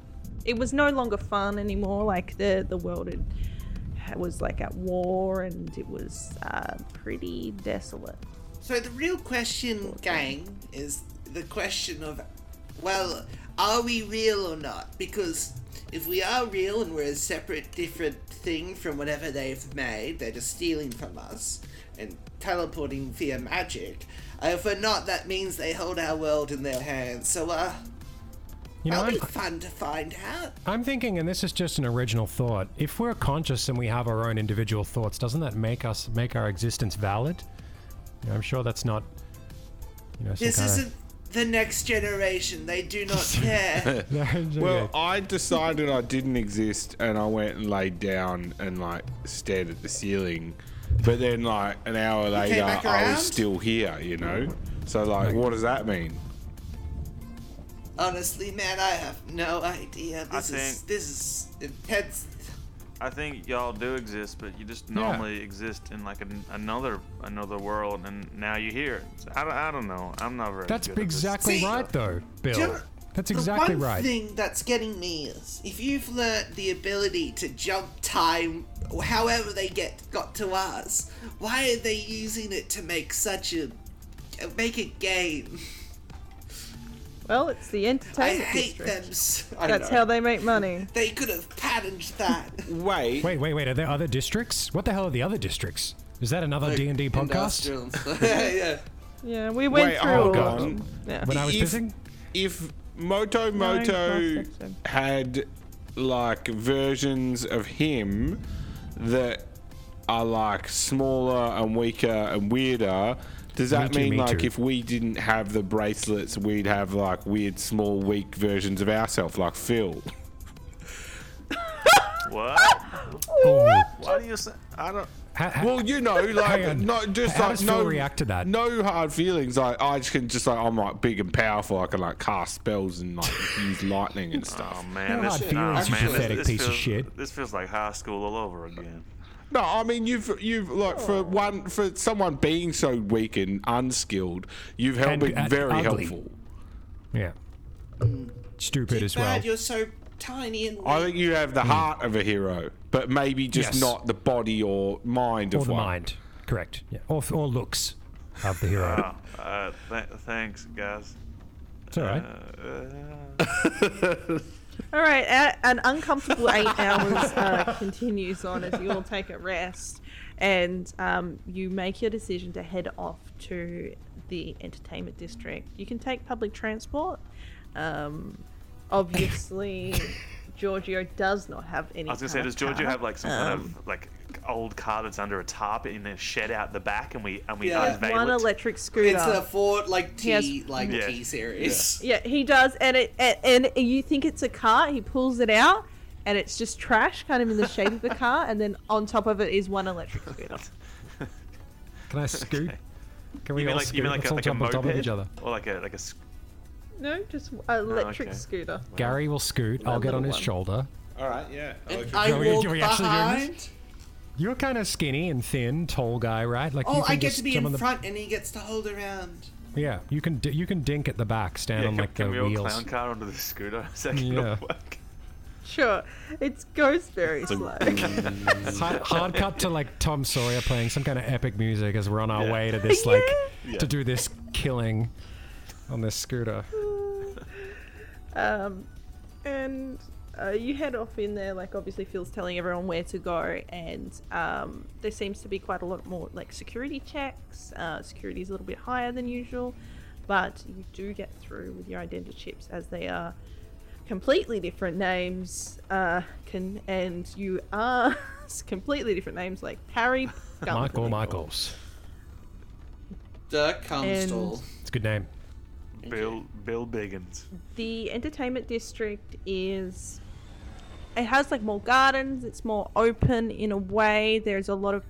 it was no longer fun anymore like the the world had, had- was like at war and it was uh, pretty desolate So the real question, gang, is the question of, well, are we real or not? Because if we are real and we're a separate, different thing from whatever they've made, they're just stealing from us and teleporting via magic. Uh, if we're not, that means they hold our world in their hands. So, uh, You know, that'll I'm, be fun to find out. I'm thinking, and this is just an original thought. If we're conscious and we have our own individual thoughts, doesn't that make us make our existence valid? You know, I'm sure that's not. You know, some This kinda- (laughs) isn't the next generation. They do not (laughs) care. Well, I decided I didn't exist, and I went and laid down and like stared at the ceiling. But then, like an hour later, back I around? was still here. You know, so like, what does that mean? Honestly, man, I have no idea. I This is think- this is intense. I think y'all do exist, but you just normally exist in like an, another another world, and now you're here. So I, don't- I don't know. I'm not very. that's good at this. exactly See, right, though, Bill. Jer- That's the exactly one right. thing that's getting me is if you've learnt the ability to jump time, or however they get got to us, why are they using it to make such a make a game? well it's the I entertainment hate district them. So, I that's know. how they make money they could have patterned that. Wait, Wait, wait, wait. Are there other districts? What the hell are the other districts? Is that another (laughs) D and D podcast? Industrial. (laughs) yeah. yeah we went Wait, through hold all of on. them yeah When I was If- pissing. if Moto Moto last episode. had like versions of him that are like smaller and weaker and weirder, does that Me too, mean me like too. if we didn't have the bracelets, we'd have like weird, small, weak versions of ourselves, like Phil? (laughs) What? Oh, Why do you say? I don't. ha- ha- Well, you know, Hang like on. no, just How like does no Phil react to that? No hard feelings. Like I just can just like I'm like big and powerful. I can like cast spells and like use lightning and stuff. Oh man, No this, hard nah, feelings, you man, this- pathetic this piece of feels- shit. This feels like high school all over again. No, I mean you've you've like Oh. for one for someone being so weak and unskilled, you've helped And- been and very uh, ugly. helpful. yeah. Stupid as well. Bad, you're so tiny and I think you have the heart of a hero, but maybe just Hmm. Yes. not the body or mind Or of the one. mind. Correct. Yeah. Or, or looks of the hero. Wow. Uh, th- thanks, guys. Uh, It's all right. all right a- an uncomfortable (laughs) eight hours uh, continues on as you all take a rest and um, you make your decision to head off to the entertainment district you can take public transport um, (laughs) obviously giorgio does not have any I was gonna say, does Giorgio have like some kind of like old car that's under a tarp in a shed out the back, and we and we Yeah. unveil one (laughs) it? electric scooter it's a Ford like T Yes. like Yeah. T series. Yeah, he does, and it and, and you think it's a car. He pulls it out, and it's just trash, kind of in the shape of the car, and then on top of it is one electric scooter. Can I scoot? Can we You mean all like scoot? you mean like Let's a, all like a jump on moped top of each other. or like a like a s- No, just a electric okay. scooter. Gary will scoot. I'll get on his one. shoulder. All right, yeah. I like it. I Are we- walk are we actually doing behind. this? You're kind of skinny and thin, tall guy, right? Like you Oh, can I get just to be jump in on the, front, and he gets to hold around. Yeah, you can di- you can dink at the back, stand yeah, on can, like can the we all wheels. clown car onto the scooter? (laughs) Is that gonna Yeah. work? Sure, it goes very slow. hard, hard cut to like Tom Sawyer playing some kind of epic music as we're on our Yeah. way to this like (laughs) Yeah. to do this killing on this scooter. um, (laughs) and uh, you head off in there. Like obviously, Phil's telling everyone where to go, and um, there seems to be quite a lot more like security checks. Uh, security is a little bit higher than usual, but you do get through with your identity chips as they are completely different names. Uh, can and you are (laughs) completely different names like Harry, Gumbel, Michael Michaels. The Comstall. It's a good name. Bill Bill Biggins. the entertainment district is it has like more gardens it's more open in a way there's a lot of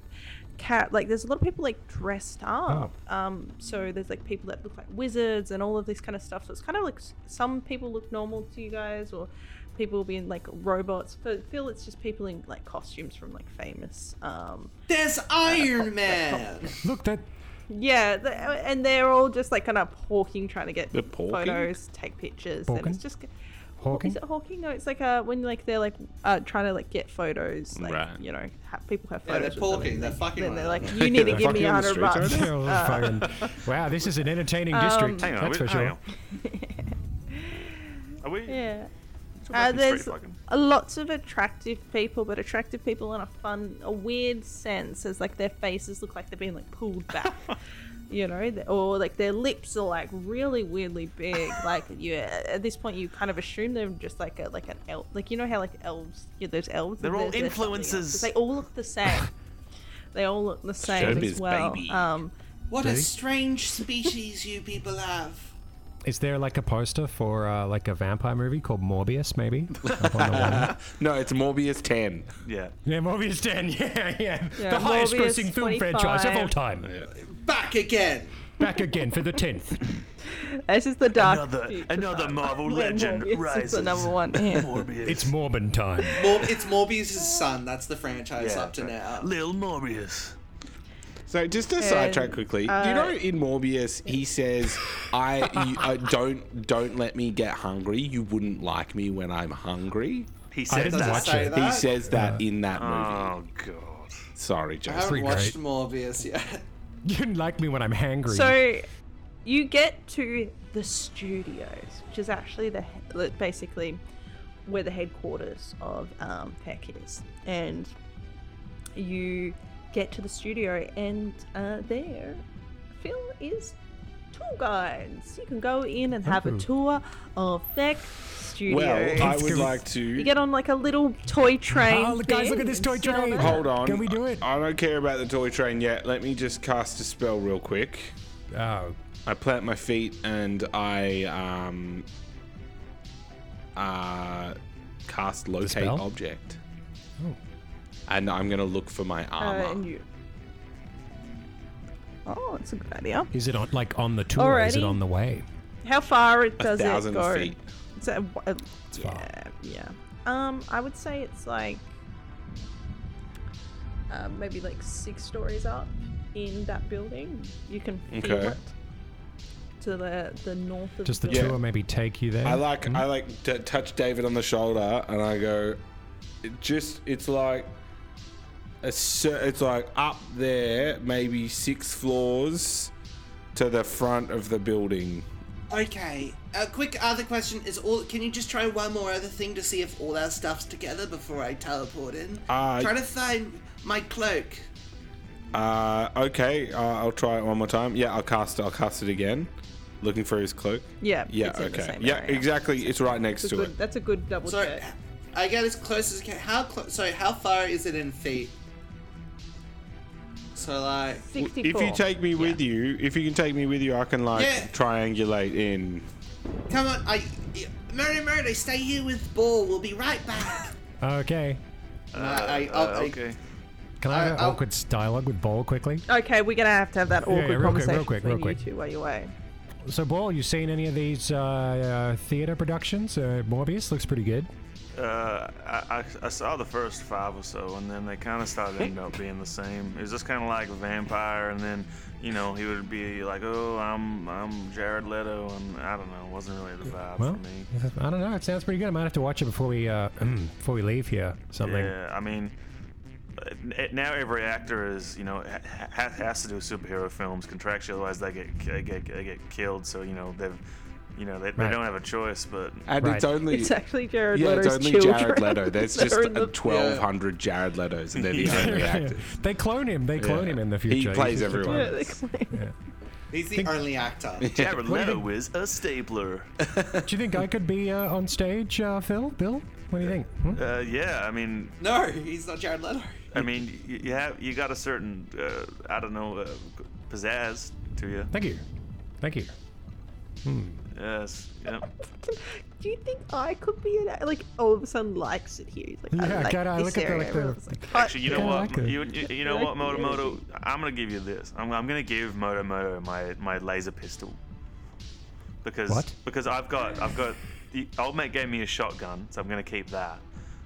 cat like there's a lot of people like dressed up Oh. Ah. um so there's like people that look like wizards and all of this kind of stuff so it's kind of like s- some people look normal to you guys or people will be in like robots but I feel it's just people in like costumes from like famous um There's (laughs) Iron Man. Look, that yeah th- and they're all just like kind of hawking trying to get They're porking? photos take pictures and Porking? it's just Hawking. Is it hawking? No, it's like uh when like they're like uh trying to like get photos, like Right. you know, ha- people have Yeah, photos. they're with them and porking, they're they- fucking Then one they're (laughs) another. like, you need to They're give me fucking a on the hundred (laughs) streets, bucks. aren't Yeah, well, (laughs) fucking- wow, this is an entertaining Um, district. Hang on, that's we- for sure. (laughs) hang on. Are we? (laughs) Yeah. talking Uh, about these there's straight fucking- a- lots of attractive people, but attractive people in a fun, a weird sense, as like their faces look like they're being like pulled (laughs) back, you know, th- or like their lips are like really weirdly big. Like you, at this point, you kind of assume they're just like a like an elf, like you know how like elves, yeah, those elves. and They're all there's- there's something else, 'cause influencers. They all look the same. they all look the same Showbiz, as well. baby. Um, What Did a he? strange species you people have. Is there like a poster for uh, like a vampire movie called Morbius, (laughs) maybe? Up on the wall. No, it's Morbius 10. Yeah. yeah, Morbius 10. (laughs) Yeah, yeah. Yeah, the highest Morbius grossing film franchise of all 25. time. Back again. Back again for the 10th. this is the dark. Another, future another time. Marvel Where legend Morbius is rises. The number one. hit. (laughs) Morbius. It's Morbin time. (laughs) Mor- it's Morbius' son. That's the franchise up to right. now. Lil Morbius. So just to sidetrack quickly, do you know in Morbius he says, "I you, uh, don't don't let me get hungry. You wouldn't like me when I'm hungry." He I said didn't that. watch say it. uh, that? He says that in that Ah. movie. Oh god. Sorry, I haven't Jason. pretty watched great. Morbius yet. (laughs) You didn't like me when I'm hangry. So you get to the studios, which is actually the the- basically where the headquarters of um, Peck is, and you get to the studio, and uh, there, Phil is tour guides. You can go in and have a Ooh. tour of Peck Studio. Well, I would Excuse- (laughs) like you to get on like a little toy train. Oh, look, guys, look at this toy thing and train. sit on that. hold on. Can we do it? I don't care about the toy train yet. Let me just cast a spell real quick. Oh. I plant my feet and I um uh cast locate Dispel? object. Oh. And I'm gonna look for my armor. Uh, and you. Oh, that's a good idea. Is it on, like on the tour? Is it Alrighty. on the way? How far it does it thousand go? feet. It's a, a- yeah, far. uh, yeah. Um, I would say it's like uh, maybe like six stories up in that building. You can feel Okay. it to the the north of Does the the building. tour maybe take you there? I like I like t- touch David on the shoulder and I go, it just it's like a cer- it's like up there, maybe six floors to the front of the building. Okay. A quick other question is all. Can you just try one more other thing to see if all our stuff's together before I teleport in? Uh, Try to find my cloak. Uh, okay, uh, I'll try it one more time. Yeah, I'll cast I'll cast it again. Looking for his cloak. Yeah, Yeah. it's in the okay. same Yeah. area. Exactly. It's right next It's a to it. good, that's a good double So check. I get as close as I can. How close? So how far is it in feet? So like. Sixty-four. If you take me with you, if you can take me with you, I can like Yeah. triangulate in. Come on, I. Murray, Murray, stay here with Ball. We'll be right back. Okay. I, I, Uh, I- okay. Can I have I- I'll- awkward dialogue with Ball quickly? Okay, we're gonna have to have that awkward yeah, real quick, real conversation quick, real between quick. you two while you're away. So, Ball, you seen any of these uh, uh, theater productions? Uh, Morbius looks pretty good. Uh, I, I, I saw the first five or so, and then they kind of started ending up being the same. It was just kind of like vampire, and then you know he would be like, "Oh, I'm I'm Jared Leto," and I don't know, it wasn't really the vibe Well, for me. I don't know. It sounds pretty good. I might have to watch it before we uh, (clears throat) before we leave here. Something. (laughs) Yeah, I mean, uh, now every actor is, you know, ha- ha- has to do superhero films contractually, otherwise they get they get, they get killed. So you know they've, you know, they, they Right. don't have a choice. But And Right. it's only It's actually Jared yeah, Leto's it's only children. Jared (laughs) Leto. There's that just are in the- twelve hundred Jared Letos, and they're (laughs) the only actors. they clone him. They clone him in the He future. plays should- everyone. Yeah, they claim- (laughs) He's the only actor. Jared What do you Leto is a stapler. (laughs) Do you think I could be uh, on stage, uh, Phil? Bill? What do you think? Hmm? Uh, yeah, I mean, No, he's not Jared Leto. I mean, you, you have you got a certain, uh, I don't know, uh, pizzazz to you. Thank you. Thank you. Yes. Yep. (laughs) Do you think I could be an like all of a sudden likes it here? He's like, Yeah, I like God, I this look at that, area. like, the- Everyone's like, "Hot." Actually, you know Yeah, I what? like it. you, you, you know what, Motomoto? I'm gonna give you this. I'm, I'm gonna give Motomoto my my laser pistol because What? because I've got I've got the old mate gave me a shotgun, so I'm gonna keep that,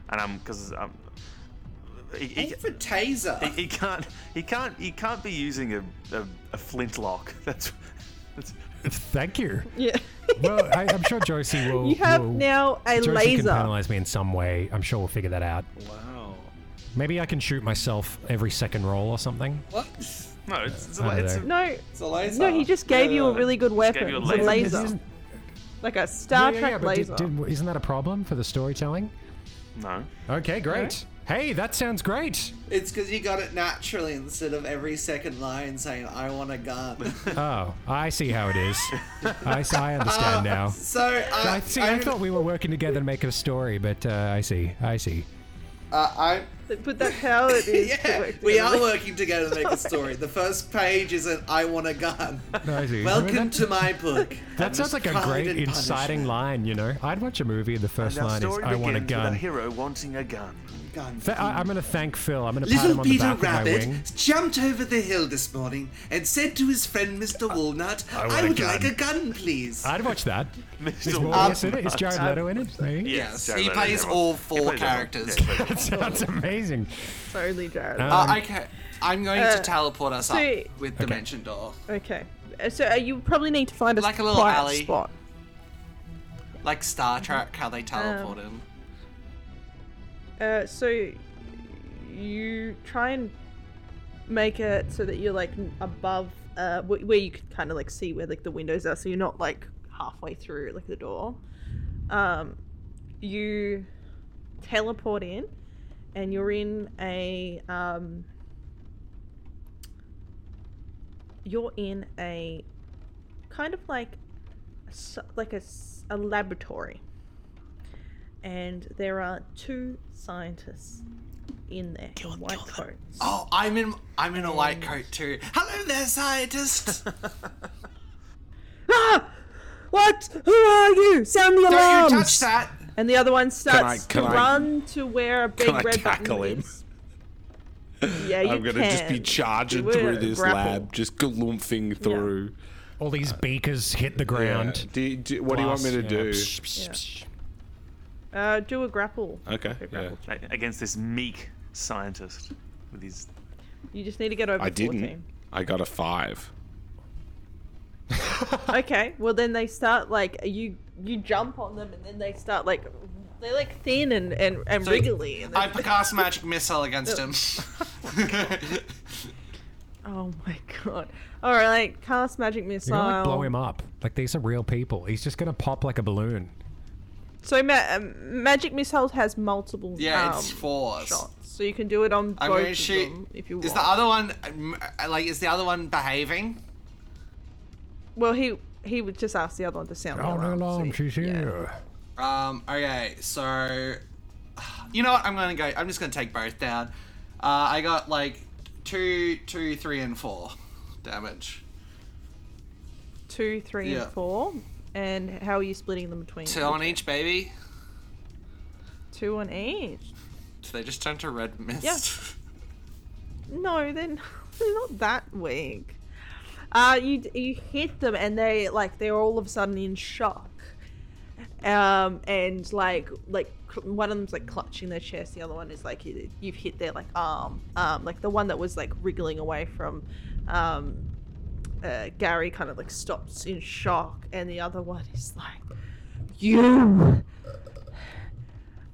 and I'm because I'm. He, he, Aim for taser. (laughs) he- he can't he can't he can't be using a, a, a flintlock. (laughs) That's, that's Thank you. yeah. Well, I, I'm sure Josie (laughs) will. you have will, now a Josie laser. can penalize me in some way. I'm sure we'll figure that out. wow. Maybe I can shoot myself every second roll or something. what? No, it's, it's, I a, don't it's a, know. No, It's a laser. no, he just gave you a Yeah. really good weapon. you a It's a laser. laser, Isn't- like a Star yeah, yeah, Trek yeah, but laser. did- did- isn't that a problem for the storytelling? no. Okay, great. Hey, that sounds great. It's because you got it naturally instead of every second line saying, I want a (laughs) gun. Oh, I see how it is. I, s- I (laughs) understand now. so, uh, I see. I thought we were working together to make a story, but uh, I see. I see. uh, I, but that's how (laughs) it is. to (laughs) yeah, work we are together. working together to make a story. The first page is an I want a gun. I see. I mean, Welcome that, to my book. that sounds like a Pride great and inciting line. You know, I'd watch a movie and the first And our line is story "I want a begins with gun." a hero wanting a (laughs) gun. Gun. Th- I, I'm gonna thank Phil. I'm gonna pat him Little on Peter the back with my wing. Rabbit jumped over the hill this morning and said to his friend Mr. Walnut, want I, a would gun." like a gun, please. I'd watch that. Mr. Is Walnut. Morbius in it? Is Jared Leto in it? Maybe? Yes, he Jared Leto, plays um, yeah, all he four plays all- characters. yeah, he (laughs) plays- That sounds amazing. Totally Jared. Um, Uh, okay, I'm going Uh, to teleport us up so- with Dimension Door. okay, Uh, so uh, you probably need to find a Like a little quiet alley. spot. Like Star Trek, how they teleport him. Uh, so you try and make it so that you're like n- above uh, wh- where you can kind of like see where like the windows are, so you're not like halfway through like the door. Um, you teleport in, and you're in a um, you're in a kind of like s- like a, s- a laboratory and there are two scientists in there in white coats. Oh, I'm in. I'm in a white coat too. Hello there, scientist. Ah! What? Who are you? Sound the Don't alarms! you touch that. And the other one starts Can to I- can I- run to where a big I red tackle button him? (laughs) is. Yeah, you I'm gonna just be can. charging You through were this grappled. lab, just galumphing through. all these beakers hit the Yeah. ground. Do you- do- what do Glass, you want me to yeah. do? Psh, psh, psh. Uh, do a grapple. Okay. Yeah. A- against this meek scientist with his You just need to get over I 14. didn't. I got a five. Okay, well then they start like you you jump on them and then they start like they're like thin and and, and wriggly and I then- cast magic missile (laughs) against him. oh my god! All right, like cast magic You're missile. gonna like blow him up. Like these are real people. He's just gonna pop like a balloon. So ma- um, magic missiles has multiple yeah, um, it's four. shots, so you can do it on I'm both gonna of shoot. them if you want. Is the other one um, like? Is the other one behaving? well, he he would just ask the other one to sound the Oh, no alarm. so alarm! you- She's here. Um, okay, so (sighs) you know what? I'm gonna go. I'm just gonna take both down. Uh, I got like two, two, three, and four damage. Two, three, Yeah. and four. And how are you splitting them between? Two you? on each, baby. Two on each. So they just turn to red mist. No, they're not, (laughs) they're not that weak. Uh, you d- you hit them and they like they're all of a sudden in shock. Um, and like like cl- one of them's like clutching their chest, the other one is like you, you've hit their like arm. Um, like the one that was like wriggling away from, um, uh, Gary kind of like stops in shock, and the other one is like, "You,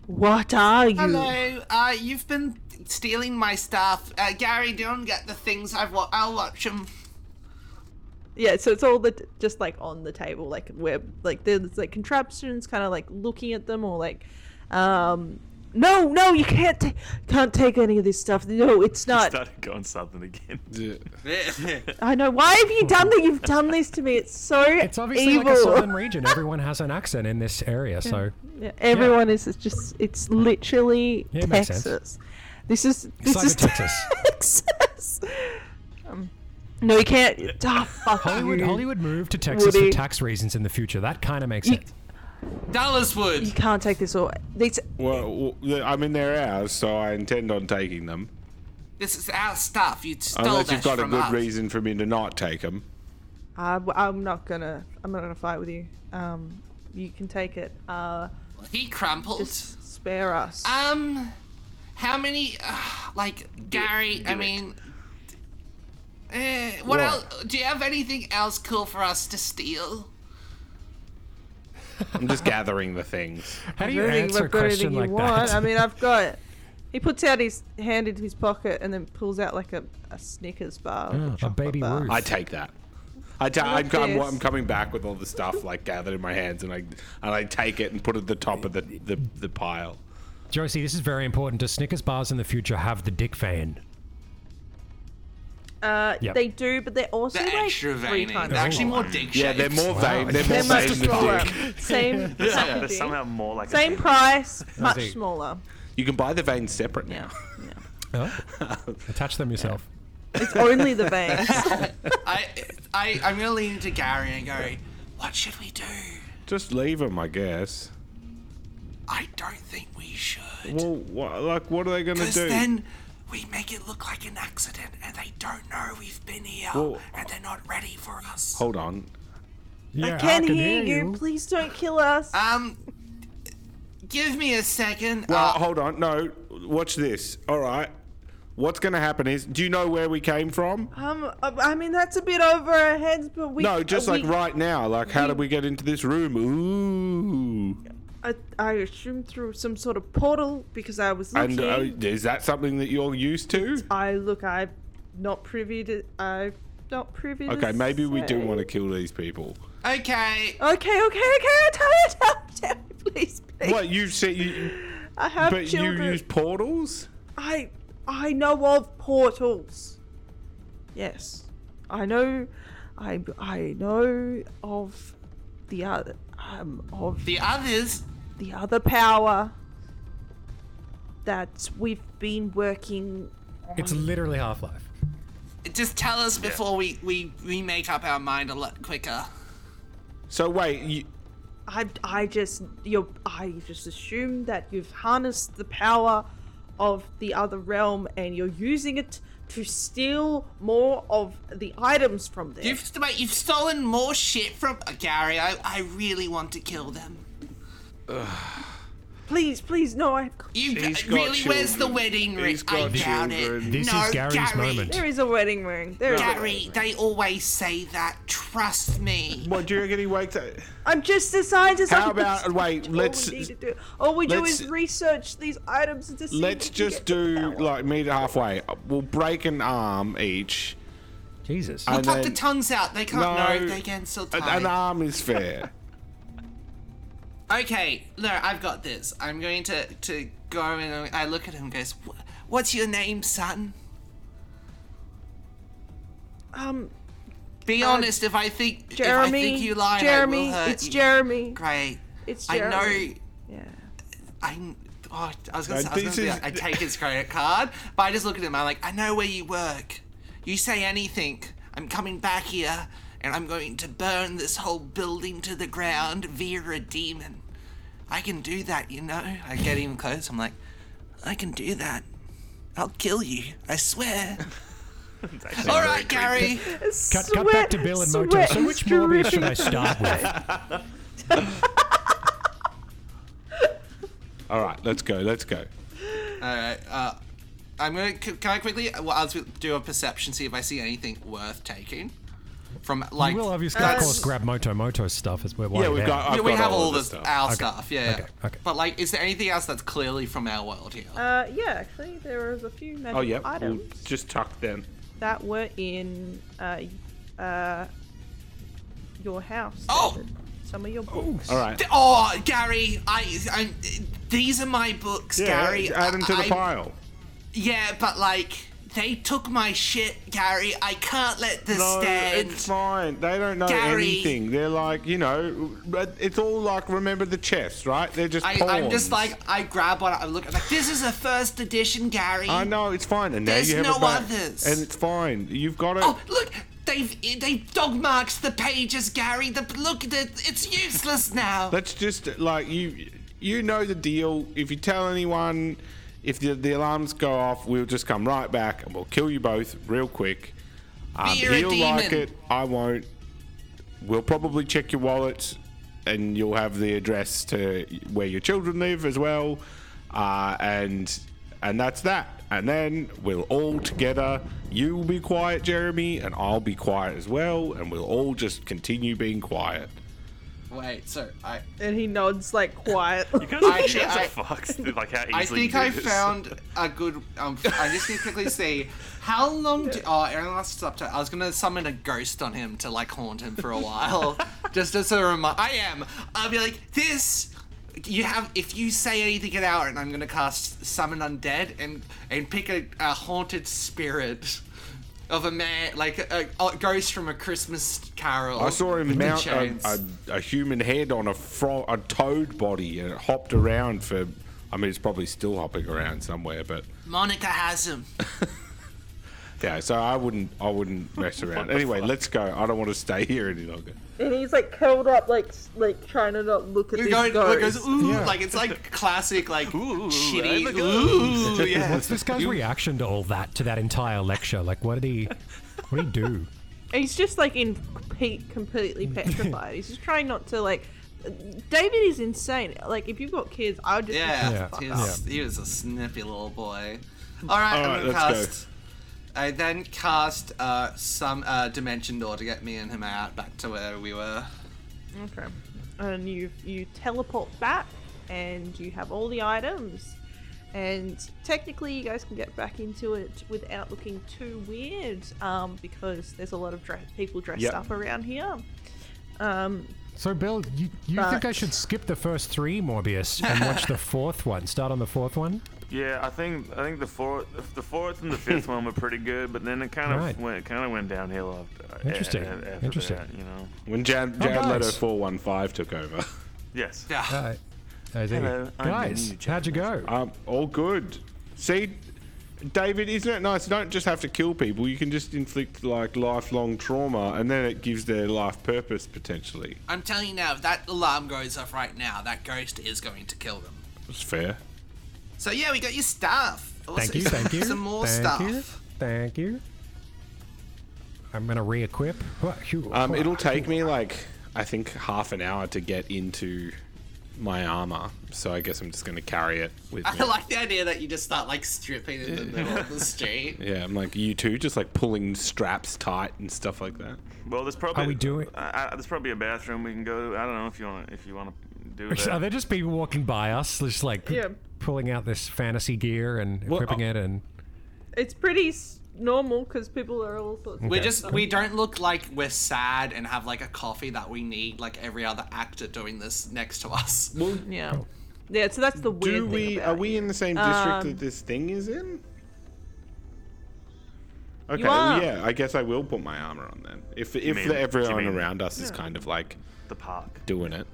what are you?" (laughs) Hello. Uh, you've been stealing my stuff. Uh, Gary, don't get the things. I've wa- I'll watch them. yeah so it's all the just like on the table like where like there's like contraptions kind of like looking at them or like um no no you can't ta- can't take any of this stuff no it's not started going something again. i know why have you (laughs) done that you've done this to me it's so It's obviously evil like a southern region. Everyone has an accent in this area, so Yeah, everyone is it's just it's literally Yeah, it makes (laughs) sense. texas this is this Cyber is Texas. texas um, No, you can't. Ah, fuck Hollywood, you. Hollywood moved to Texas Woody. for tax reasons in the future. That kind of makes You- sense. Dallas would. You can't take this away. These, Well, well, I mean they're ours, so I intend on taking them. This is our stuff. You stole Unless that you've got a from good us. reason for me to not take them. I, am not gonna. uh, I'm not gonna fight with you. Um, you can take it. Uh, He crumpled. just spare us. Um, how many? Uh, like Gary, I mean, eh, what, else? Do you have anything else cool for us to steal? I'm just gathering the things. How do I you don't think answer a I've got anything question you like want. that? I mean, I've got. He puts out his hand into his pocket and then pulls out like a, a Snickers bar. like Yeah, a chocolate baby bar. Ruth. (laughs) I take that. I ta- I'm, Look I'm, this. I'm coming back with all the stuff like gathered in my hands, and I and I take it and put it at the top of the, the, the pile. Josie, this is very important. Do Snickers bars in the future have the dick vein? Uh, Yep. they do, but they're also The like extra three vein. in. times. They're actually Oh. more dick Yeah, shaped. they're more Wow. vain. They're They're more much vain than smaller. dick. (laughs) Same, They're packaging, somehow more like a same dick. (laughs) price, much see. smaller. You can buy the veins separate now. Yeah, yeah. (laughs) Oh. Attach them yourself. It's only (laughs) the veins. I, I, I'm gonna lean into Gary and go, what should we do? Just leave them, I guess. I don't think we should. Well, wha like, what are they gonna Because do? then we make it look like an accident and they don't know we've been here Well- and they're not ready for us. Hold on. Yeah, I can hear you. Please don't kill us. Um, give me a second. Well, Uh, hold on. No, watch this. All right. What's gonna happen is, do you know where we came from? Um, I I mean that's a bit over our heads, but we uh, No, just we, like right now. Like, how did we get into this room? Ooh. I, uh, I assume through some sort of portal because I was And looking. uh, is that something that you're used to? I look. I'm not privy to. I'm not privy. to Okay, maybe we do say. want to kill these people. okay. Okay, okay, okay. Tell me, tell me, (laughs) tell me, please, please. What you've seen, you, I have but you children. use portals. I I know of portals. Yes, I know. I I know of the other um of The others. the other power that we've been working. It's literally Half Life. Just tell us before we, we, we make up our mind a lot quicker. So wait, you, I I just you I just assume that you've harnessed the power of the other realm and you're using it to steal more of the items from there. You've, mate, you've stolen more shit from uh, Gary. I, I really want to kill them. Please, please, no, I've got You He's got really? Where's the children. wedding ring? He's I got doubt it. children. This no, is Gary's Gary. moment. There is a wedding ring. There is a Gary, they always say that. Trust me. what do you reckon he (laughs) wakes up? I'm just a scientist. I How can- about- wait, all let's- We need to do. All we do let's- is research these items to see. Let's if we can just get the do power. like meet halfway. We'll break an arm each. Jesus. We'll and pluck the then- tongues out. They can't know No, uh, if they can still An, tie. an arm is fair. Okay, no, I've got this. I'm going to to go and I look at him. and Goes, "Wha- what's your name, son? Um, Be honest. If I think Jeremy. if I think you lie, I Jeremy, will hurt it's you. Jeremy. Great. It's I Jeremy. know. Yeah. I. Oh, I was gonna Uh, say, I, this was gonna be is- like, I take his credit card, but I just look at him. I'm like, I know where you work. You say anything, I'm coming back here, and I'm going to burn this whole building to the ground via a demon. I can do that, you know. I get even close. I'm like, I can do that. I'll kill you. (laughs) I swear. All right, Gary. Cut, cut back to Bill and Moto. sweat So is which Morbius should I start (laughs) with? All right, let's go. Let's go. All right. Uh, I'm gonna. c- Can I quickly? uh, Well, I'll do a perception see if I see anything worth taking. From like You will obviously, of that's- course, grab Moto Moto's stuff as we're Yeah, we've got. uh, I've Yeah, we got have all, all of the this stuff. our stuff. Yeah, yeah. okay, okay. But like, is there anything else that's clearly from our world here? Uh, yeah, actually, there was a few magic oh yeah, we'll items just tuck them. that were in uh, uh, your house. Oh! Some of your books. All right. Th- oh, Gary, I, I, these are my books, Yeah, Gary. add them to the I- I- pile. Yeah, but like, they took my shit, Gary. I can't let this No, stand. it's fine. They don't know Gary. anything. They're like, you know, but it's all like remember the chess, right? They're just I, pawns. I'm just like, I grab one, I look, I'm like, this is a first edition, Gary. I know it's fine, and There's now you have no it back, others. and it's fine. You've got it. Oh, look, They've they've dog marked the pages, Gary. The look, the, it's useless now. Let's just like you. You know the deal. If you tell anyone, if the, the alarms go off, we'll just come right back and we'll kill you both real quick. Um, You're a he'll like demon. it. I won't. We'll probably check your wallets, and you'll have the address to where your children live as well. Uh, and and that's that. And then we'll all together. You'll be quiet, Jeremy, and I'll be quiet as well. And we'll all just continue being quiet. Wait, so I And he nods like (laughs) quiet. Because I, Actually, guys I- are fucked. (laughs) Like how easily I you think (laughs) do I this. found a good. Um, I just need to quickly see how long. Do, oh, Aaron lasts up to. I was gonna summon a ghost on him to like haunt him for a (laughs) while, just as a reminder. I am. I'll be like this. You have if you say anything an hour, and I'm gonna cast summon undead and and pick a, a haunted spirit. Of a man, like a, a ghost from a Christmas Carol. I saw him with the mount a, chains. a, a human head on a frog, a toad body, and it hopped around for. I mean, it's probably still hopping around somewhere, but Monica has him. yeah. So I wouldn't, I wouldn't (laughs) mess around. anyway, let's go. I don't want to stay here any longer. and he's like curled up, like s- like trying to not look at You're this going, ghost. it goes, ooh, like it's like classic, like Ooh, I'm a shitty, ghost. ooh, yeah. What's this guy's reaction to all that, to that entire lecture? Like, what did he, what did he do? He's just like in pe- completely petrified. He's just trying not to like. David is insane. Like if you've got kids, I would just Yeah, Yeah. He, was, he was a snippy little boy. All right, All right, I'm gonna let's go. cast. I then cast uh, some uh, dimension door to get me and him out back to where we were. Okay. And you you teleport back, and you have all the items, and technically you guys can get back into it without looking too weird, um, because there's a lot of dre- people dressed Yep. up around here. Um, So, Bill, you, you think I But- should skip the first three Morbius and watch the fourth one? Start on the fourth one? Yeah, I think I think the fourth, the fourth and the (laughs) fifth one were pretty good, but then it kind of Right. went kind of went downhill after. Interesting. After Interesting. That, you know. When Jan, Oh, Jan Leto guys. four one five took over, (laughs) Yes. Yeah. Uh, I think- Hello, I'm the guys, new how'd you go? um, all good. See, David, isn't it nice? You don't just have to kill people. You can just inflict like lifelong trauma, and then it gives their life purpose potentially. I'm telling you now, if that alarm goes off right now, that ghost is going to kill them. It's fair. So yeah, we got your stuff. Thank Also, you, thank you. Some more thank stuff. You, thank you. I'm gonna re-equip. Oh, Um, it'll take me like I think half an hour to get into my armor, so I guess I'm just gonna carry it with me. (laughs) I like the idea that you just start like stripping in the middle of the street. yeah, I'm like you two, just like pulling straps tight and stuff like that. Well, there's probably we doing- I, I, there's probably a bathroom we can go to. I don't know if you want if you want to do (laughs) that. (laughs) Are there just people walking by us, just like Yeah. pulling out this fantasy gear and equipping uh, it? And it's pretty s- normal because people are all sorts. We're Okay. just we don't look like we're sad and have like a coffee that we need like every other actor doing this next to us. of Yeah. Yeah. So that's the weird Do thing we? about Are we you. in the same district that this thing is in? Okay, well, are. yeah, I guess I will put my armor on then. If if mean- the- you everyone mean- around us is kind of like the park. doing it,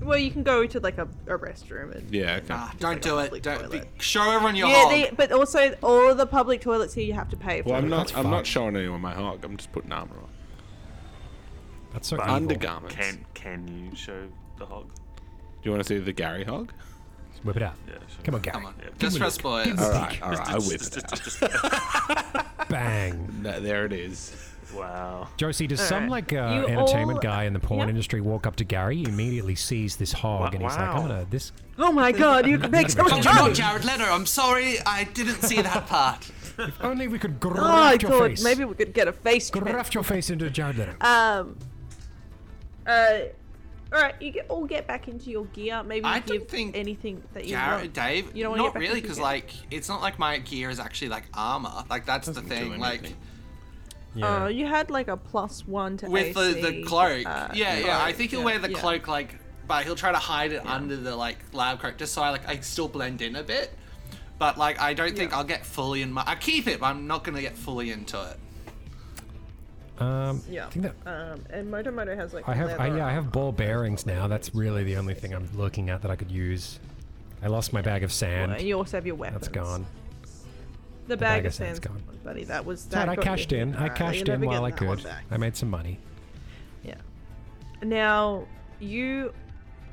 Well, you can go to like a, a restroom and yeah. Okay. Ah, don't do it. public Don't be, toilet. show everyone your yeah. hog. They, but also all the public toilets here you have to pay for. well, I'm That's not. I'm fine. not showing anyone my hog. I'm just putting armor on. that's so evil. Undergarments. Can can you show the hog? Do you want to see the Gary hog? Whip it out. Yeah, sure. Come on, Gary. Come on, just press boys. All right, all right. I whip it out. Bang. No, there it is. Wow. Josie, does some like uh, You entertainment all- guy in the porn Yep. industry walk up to Gary, immediately sees this hog, Wa- and he's like, wow. "I'm gonna this." Oh my god! You can make so Oh, much no, money. Jared Leto. I'm sorry, I didn't see (laughs) that part. If only we could (laughs) graft Oh, I your thought face. maybe we could get a face transfer. (laughs) graft your face into Jared Leto. Um. Uh. All right, you get, all get back into your gear. Maybe I don't give think anything that you Jared, want. Dave, You don't wanna get not back really, into because your- like it's not like my gear is actually like armor. Like that's the Doesn't do thing. Like anything. yeah. Oh, you had like a plus one to with the, the AC, cloak. uh, yeah, yeah. I think he'll yeah, wear the yeah. cloak like, but he'll try to hide it under the like lab coat just so I like I still blend in a bit. But like I don't think I'll get fully in my. I keep it, but I'm not gonna get fully into it. um, Yeah. I think that Um, and Moto Moto has like. I have, I, leather yeah, I on. have ball bearings now. That's really the only thing I'm looking at that I could use. I lost my bag of And sand. you also have your weapons. That's gone. The bag, bag of of sand's sand's gone. gone, buddy. That was Dad, that. I got cashed you. in. I Alright, cashed you're in never while I getting that one could. back. I made some money. Now you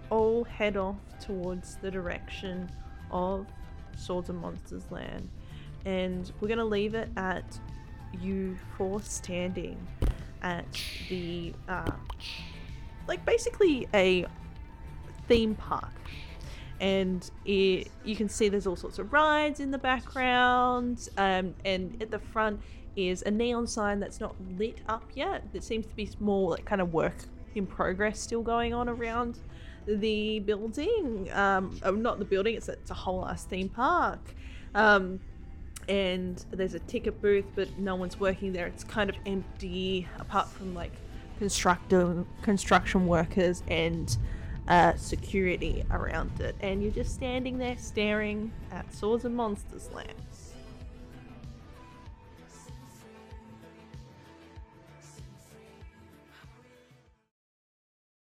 all head off towards the direction of Swords and Monsters Land, and we're gonna leave it at you four standing at the uh, like basically a theme park and it, you can see there's all sorts of rides in the background um, and at the front is a neon sign that's not lit up yet that seems to be more like kind of work in progress still going on around the building um, oh, not the building it's, it's a whole ass theme park um, and there's a ticket booth, but no one's working there. It's kind of empty, apart from like constructor, construction workers and uh, security around it. And you're just standing there staring at Swords and Monsters Lands.